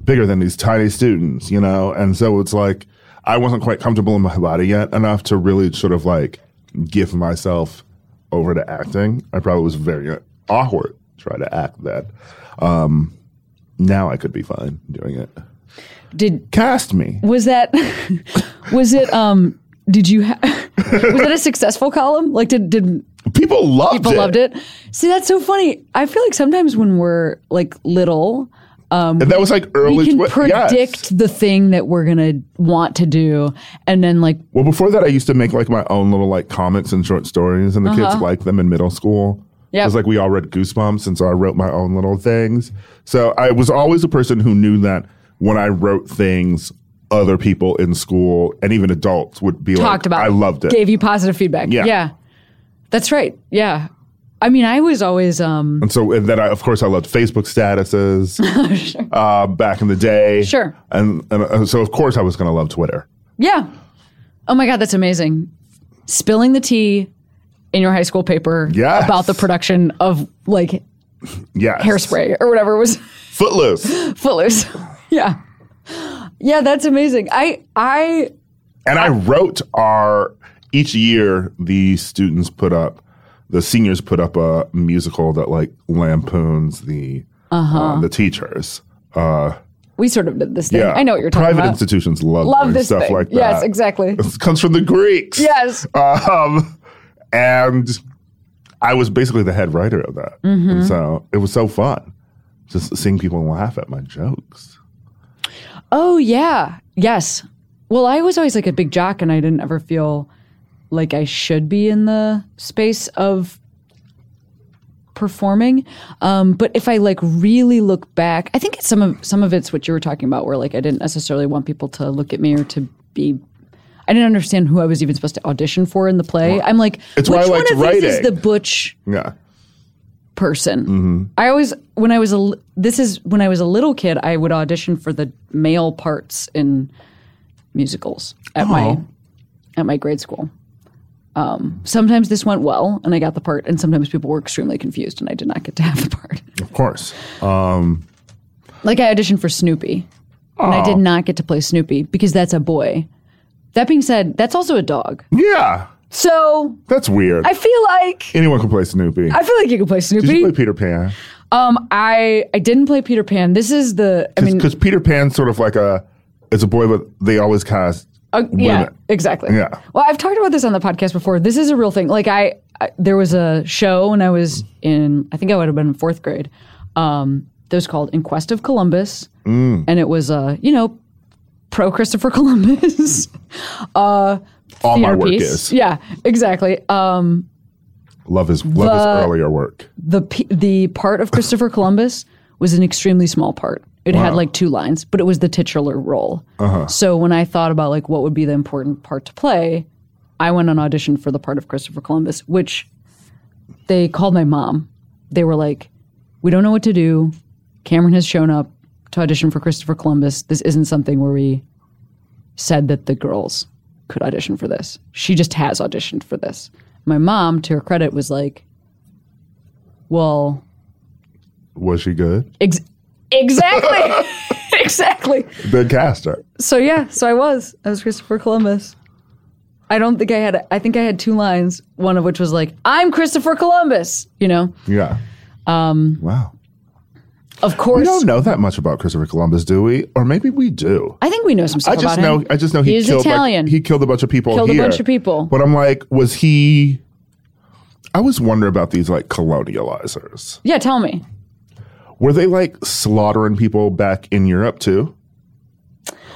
bigger than these tiny students, you know? And so it's like, I wasn't quite comfortable in my body yet enough to really sort of like give myself over to acting. I probably was very awkward trying to act that. Um, now I could be fine doing it.
Did
Cast me.
was that (laughs) was it um did you ha- (laughs) was it a successful column? Like did did
People loved
people
it.
loved it? See, that's so funny. I feel like sometimes when we're like little,
And that was like early.
we can
twi- yes.
predict the thing that we're gonna want to do, and then like
Well, before that, I used to make like my own little like comics and short stories, and the
Uh-huh.
kids liked them in middle school.
Yep.
It was like we all read Goosebumps, and so I wrote my own little things. So I was always a person who knew that when I wrote things, other people in school and even adults would be
talked
like,
about.
I loved it.
Gave you positive feedback.
Yeah.
yeah, that's right. Yeah, I mean, I was always um
and so, and then I, of course, I loved Facebook
(laughs)
statuses uh, back in the day.
Oh, Sure.
And, and uh, so, of course, I was going to love Twitter.
Yeah. Oh my God, that's amazing. Spilling the tea in your high school paper
Yes.
about the production of like
Yes.
hairspray or whatever was (laughs)
Footloose.
Footloose. yeah. Yeah, that's amazing. I I
And I wrote our each year the students put up the seniors put up a musical that like lampoons the
Uh-huh.
uh, the teachers. Uh,
we sort of did this thing.
yeah,
I know what you're talking
Private
about.
institutions love,
Love
doing
this
stuff
thing.
like that.
Yes,
(laughs)
exactly.
It comes from the Greeks.
Yes.
(laughs) Um, and I was basically the head writer of that,
Mm-hmm.
and so it was so fun just seeing people laugh at my jokes.
Oh yeah. Yes. Well, I was always like a big jock and I didn't ever feel like I should be in the space of performing. Um, but if I like really look back, I think it's some of some of it's what you were talking about where like I didn't necessarily want people to look at me or to be I didn't understand who I was even supposed to audition for in the play. I'm like,
It's
which
why I
one
liked
of these is
writing.
the butch
Yeah,
person. I always when I was a li- this is when I was a little kid, I would audition for the male parts in musicals at my at my grade school. Um, sometimes this went well and I got the part, and sometimes people were extremely confused and I did not get to have the (laughs) part.
of course.
Like I auditioned for Snoopy, and I did not get to play Snoopy because that's a boy. That being said, that's also a dog.
Yeah,
So
that's weird.
I feel like
Anyone can play Snoopy.
I feel like you could play Snoopy.
Did you play Peter Pan?
um, I I didn't play Peter Pan. This is the I mean
because Peter Pan's sort of like a it's a boy, but they always cast
Uh, yeah,
women.
exactly.
Yeah.
Well, I've talked about this on the podcast before. This is a real thing. Like I, I there was a show when I was in, I think I would have been in fourth grade. Um, that was called In Quest of Columbus,
Mm.
and it was uh, you know, pro Christopher (laughs) Columbus. uh,
All my
theater
work
piece.
is
Yeah, exactly. Um,
love is love
The-
is earlier work.
the p- the part of Christopher Columbus was an extremely small part. It had
Wow.
like two lines, but it was the titular role. So when I thought about like what would be the important part to play, I went on audition for the part of Christopher Columbus, which they called my mom. They were like, "We don't know what to do. Cameron has shown up to audition for Christopher Columbus. This isn't something where we said that the girls could audition for this. She just has auditioned for this." My mom, to her credit, was like, "Well,
Was she good?
Ex-
(laughs)
exactly. (laughs) exactly.
Good caster.
So yeah, so I was. I was Christopher Columbus. I don't think I had I think I had two lines, one of which was like, I'm Christopher Columbus, you know.
Yeah. Um, wow.
Of
We
course.
don't know that much about Christopher Columbus, do we? Or maybe we do.
I think we know some stuff
I just
about
know.
him.
I just know he
He's
killed. like-
Italian.
he killed a bunch of people.
Killed a
here.
bunch of people.
But I'm like, was he? I always wonder about these like colonializers.
yeah, tell me.
Were they like slaughtering people back in Europe too?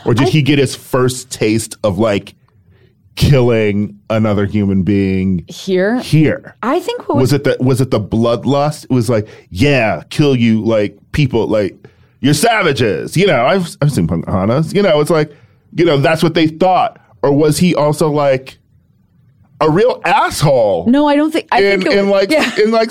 Or did he get his first taste of like killing another human being
Here.
here?
I think what was,
was it the was it the bloodlust? It was like, yeah, kill you like people like you're savages. You know, I've I've seen punkahanas. You know, it's like, you know, that's what they thought. Or was he also like a real asshole?
No, I don't think I
in,
think it
in
was,
like
yeah.
in like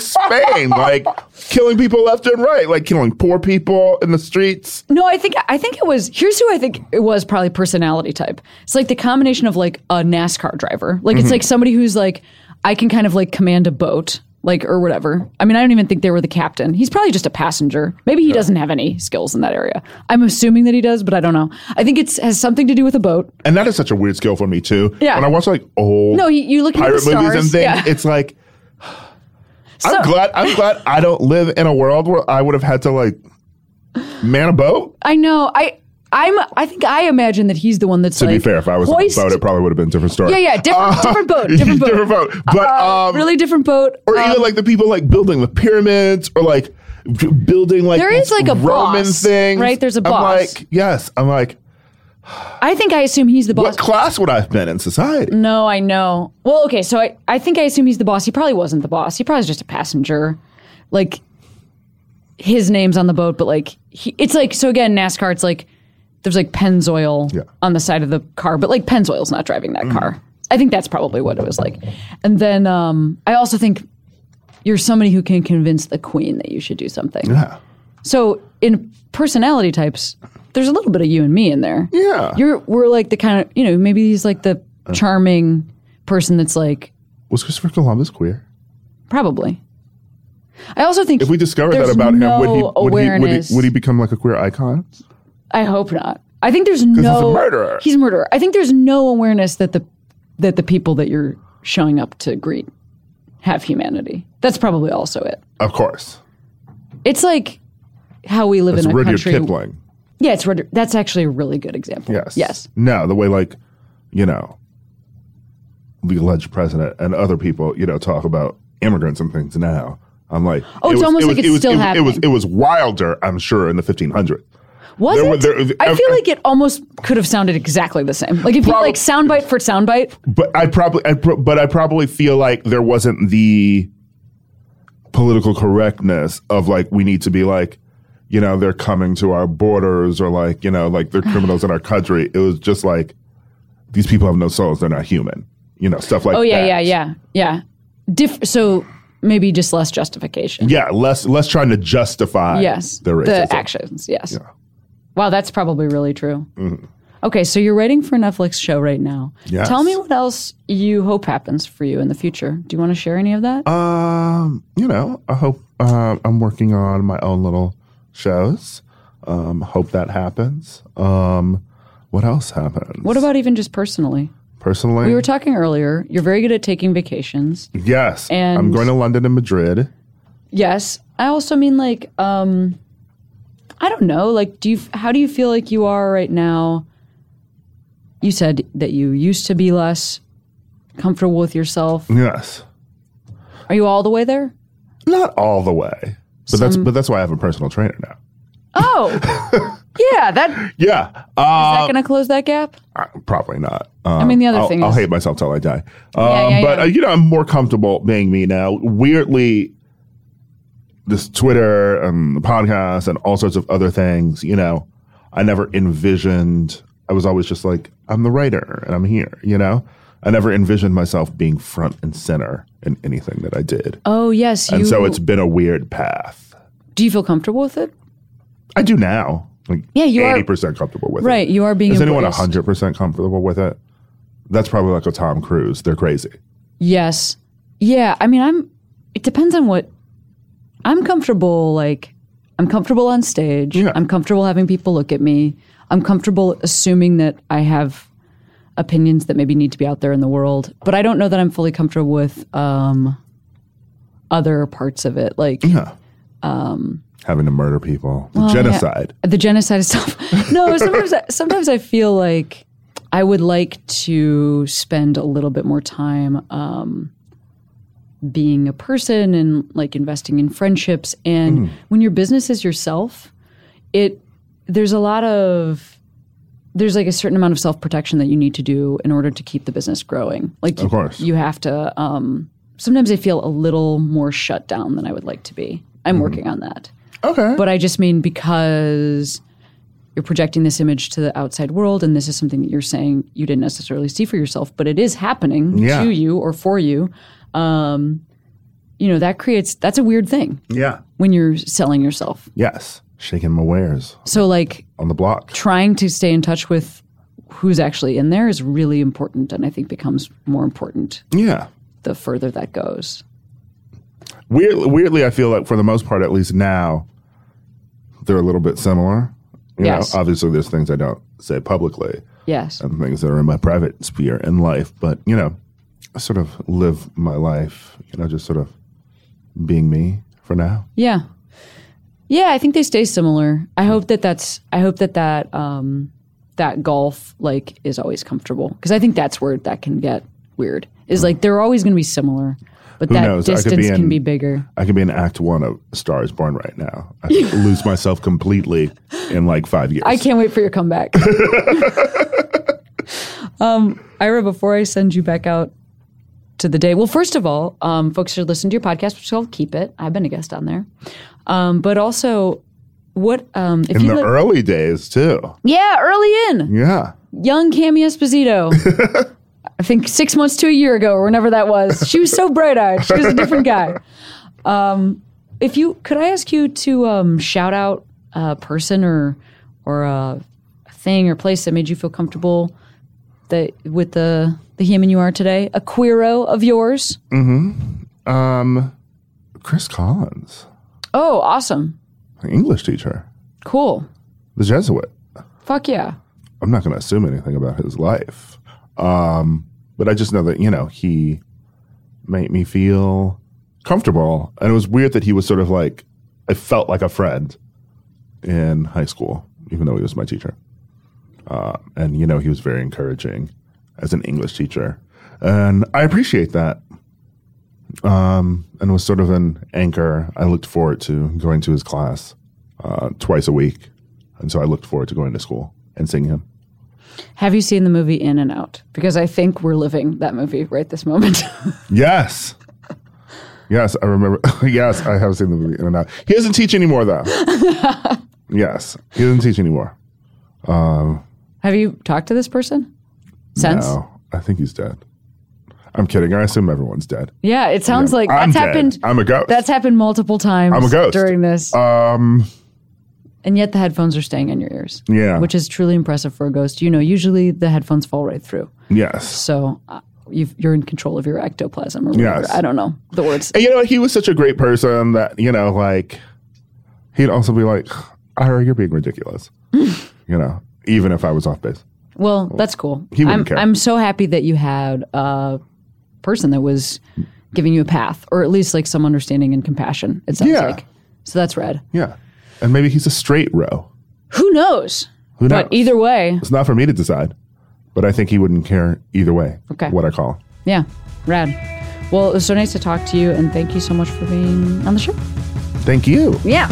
(laughs)
Spain, like killing people left and right, like killing poor people in the streets.
No, I think I think it was. Here's who I think it was. Probably personality type. It's like the combination of like a NASCAR driver. Like
Mm-hmm.
it's like somebody who's like I can kind of like command a boat, like or whatever. I mean, I don't even think they were the captain. He's probably just a passenger. Maybe he doesn't have any skills in that area. I'm assuming that he does, but I don't know. I think it's has something to do with a boat.
And that is such a weird skill for me too.
Yeah.
When I watch like old
No, you- you look at the
pirate movies and
stars,
things,
yeah.
it's like (sighs)
So-
I'm glad. I'm glad I don't live in a world where I would have had to like man a boat.
I know. I I'm. I think I imagine that he's the one that's
To
like
be fair, if I was on a
hoist-
boat, it probably would have been a different story. Uh,
yeah, yeah,
(laughs)
different, different boat, different boat,
Different boat. But
Uh,
um,
really different boat.
or
um,
even like the people like building the pyramids or like b- building like
There is,
these
like, a
Roman
boss,
thing,
right? There's a
I'm
boss.
like, yes. I'm like,
I think I assume he's the boss.
what class would I have been in society?
No, I know. Well, okay, so I, I think I assume he's the boss. He probably wasn't the boss. He probably was just a passenger. Like his name's on the boat, but like he, it's like so again, NASCAR, it's like there's like Pennzoil
Yeah.
on the side of the car, but like Pennzoil's not driving that car. I think that's probably what it was like. And then um, I also think you're somebody who can convince the queen that you should do something.
Yeah.
So in personality types, there's a little bit of you and me in there.
Yeah. Uh.
You're we're like the kind of you know, maybe he's like the charming person that's like
Was Christopher Columbus queer?
probably. I also think
If we discovered that
there's
about
no
him, would he would, he would
awareness.
he would he become like a queer icon?
I hope not. I think there's no
he's a murderer.
He's a murderer. I think there's no awareness that the that the people that you're showing up to greet have humanity. That's probably also it.
Of course.
It's like how we live
It's
in a
Rudyard
country.
Kipling.
Yeah, it's Rudyard. That's actually a really good example.
Yes.
Yes.
No, the way like, you know, the alleged president and other people, you know, talk about immigrants and things now. I'm like,
Oh, it's almost like it's
it was,
still
it was, It was,
happening.
it was wilder, I'm sure, in the 1500s.
Was
There were-
it?
there-
I feel
I-
like it almost could have sounded exactly the same. Like if you
Probably-
like soundbite for soundbite,
But I probably, I pro- but I probably feel like there wasn't the political correctness of like we need to be like, you know, they're coming to our borders or like you know, like they're
(sighs)
criminals in our country. It was just like these people have no souls; they're not human. You know, stuff like
oh yeah,
that.
yeah, yeah, yeah. Diff- so maybe just less justification.
Yeah, less less trying to justify
Yes.
their racism.
The actions. Yes. Wow, that's probably really true. Okay, so you're writing for a Netflix show right now.
Mm-hmm. Yes.
Tell me what else you hope happens for you in the future. Do you want to share any of that?
Um, you know, I hope um, I'm working on my own little shows. Um, hope that happens. Um, what else happens?
what about even just personally?
personally?
We were talking earlier. You're very good at taking vacations.
yes,
and-
I'm going to London and Madrid.
Yes. I also mean like um I don't know, like do you how do you feel like you are right now? You said that you used to be less comfortable with yourself.
Yes,
Are you all the way there?
not all the way, but that's but that's why I have a personal trainer now. (laughs)
Oh. yeah, that is
Yeah, uh,
that going to close that gap?
probably not. Um,
mean, the other
I'll,
thing
I'll
is-
hate myself till I die. Um,
yeah,
but
yeah.
Uh, you know, I'm more comfortable being me now. Weirdly, this Twitter and the podcast and all sorts of other things. You know, I never envisioned. I was always just like, I'm the writer and I'm here. You know, I never envisioned myself being front and center in anything that I did.
Oh yes, you.
and so it's been a weird path.
Do you feel comfortable with it?
I do now. Like
Yeah, you are-
80% comfortable with
Right,
it.
you are being
Is anyone
embraced.
100% comfortable with it? That's probably like a Tom Cruise. They're crazy.
Yes. Yeah. I mean, I'm. It depends on what. I'm comfortable. Like, I'm comfortable on stage.
Yeah.
I'm comfortable having people look at me. I'm comfortable assuming that I have opinions that maybe need to be out there in the world. But I don't know that I'm fully comfortable with um, other parts of it. Like,
Having to murder people. The
Oh, Um, yeah.
genocide.
The genocide itself. (laughs) No, sometimes I, sometimes I feel like I would like to spend a little bit more time um, being a person and like investing in friendships.
Hmm.
And when your business is yourself, it there's a lot of there's like a certain amount of self protection that you need to do in order to keep the business growing. Like
Of course.
you have to. Um, sometimes I feel a little more shut down than I would like to be.
Hmm.
I'm working on that
Okay.
but I just mean because you're projecting this image to the outside world, and this is something that you're saying you didn't necessarily see for yourself, but it is happening
Yeah.
to you or for you. Um, you know that creates that's a weird thing
yeah.
when you're selling yourself.
Yes. Shaking my wares
So like
on the block.
trying to stay in touch with who's actually in there is really important, and I think becomes more important
Yeah.
the further that goes.
Weird, weirdly, I feel like for the most part, at least now, they're a little bit similar. You
Yes.
know, obviously, there's things I don't say publicly
Yes.
and things that are in my private sphere in life, but you know, I sort of live my life, you know, just sort of being me for now.
Yeah. Yeah, I think they stay similar.
Mm.
I hope that that's I hope that that um that golf like is always comfortable because I think that's where that can get weird. Is like they're always going to be similar, but
Mm. Who
that
knows? I could be
distance can
in-
be bigger.
I could be in Act One of Star Is Born right now. I could lose myself completely in like five years.
I can't wait for your comeback.
(laughs)
um Ira, before I send you back out to the day. Well, first of all, um, folks should listen to your podcast, which is called Keep It. I've been a guest on there. Um, but also what um if
in
you
the
li-
early days too.
Yeah, early in.
Yeah,
young Cami Esposito. I think six months to a year ago, or whenever that was. She was so bright eyed. She was a different guy. Um, if you could, I ask you to um, shout out a person or or a thing or place that made you feel comfortable that with the the human you are today, a queero of yours.
Chris Collins,
Oh, awesome,
my English teacher,
cool,
the Jesuit.
fuck yeah,
I'm not going to assume anything about his life. Um, but I just know that, you know, he made me feel comfortable. And it was weird that he was sort of like, I felt like a friend in high school, even though he was my teacher. Uh, and, you know, he was very encouraging as an English teacher. And I appreciate that. Um, and was sort of an anchor. I looked forward to going to his class uh, twice a week. And so I looked forward to going to school and seeing him.
Have you seen the movie In and Out? Because I think we're living that movie right this moment. (laughs)
Yes. Yes, I remember. (laughs) yes, I have seen the movie In and Out. He doesn't teach
(laughs)
anymore, though. yes, he doesn't teach anymore.
Have you talked to this person since?
No, I think he's dead. I'm kidding. I assume everyone's dead.
Yeah, it sounds like that's
I'm dead.
happened.
I'm a ghost.
That's happened multiple times.
I'm a ghost.
during this,
um,
and yet the headphones are staying in your ears.
Yeah.
which is truly impressive for a ghost. You know, usually the headphones fall right through.
yes.
So uh, you've, you're in control of your ectoplasm, or whatever.
Yes.
I don't know the words.
And you know, he was such a great person that, you know, like, he'd also be like, Ira, you're
(laughs)
being ridiculous. you know, even if I was off base.
Well, that's cool.
He wouldn't
I'm,
care.
I'm so happy that you had a person that was giving you a path, or at least like some understanding and compassion. It sounds
Yeah.
like. So that's rad.
Yeah. And maybe he's a straight row.
Who knows?
Who knows?
But either way,
It's not for me to decide, but I think he wouldn't care either way.
Okay.
What I call.
Yeah, rad. Well, it was so nice to talk to you, and thank you so much for being on the show.
Thank you.
Yeah.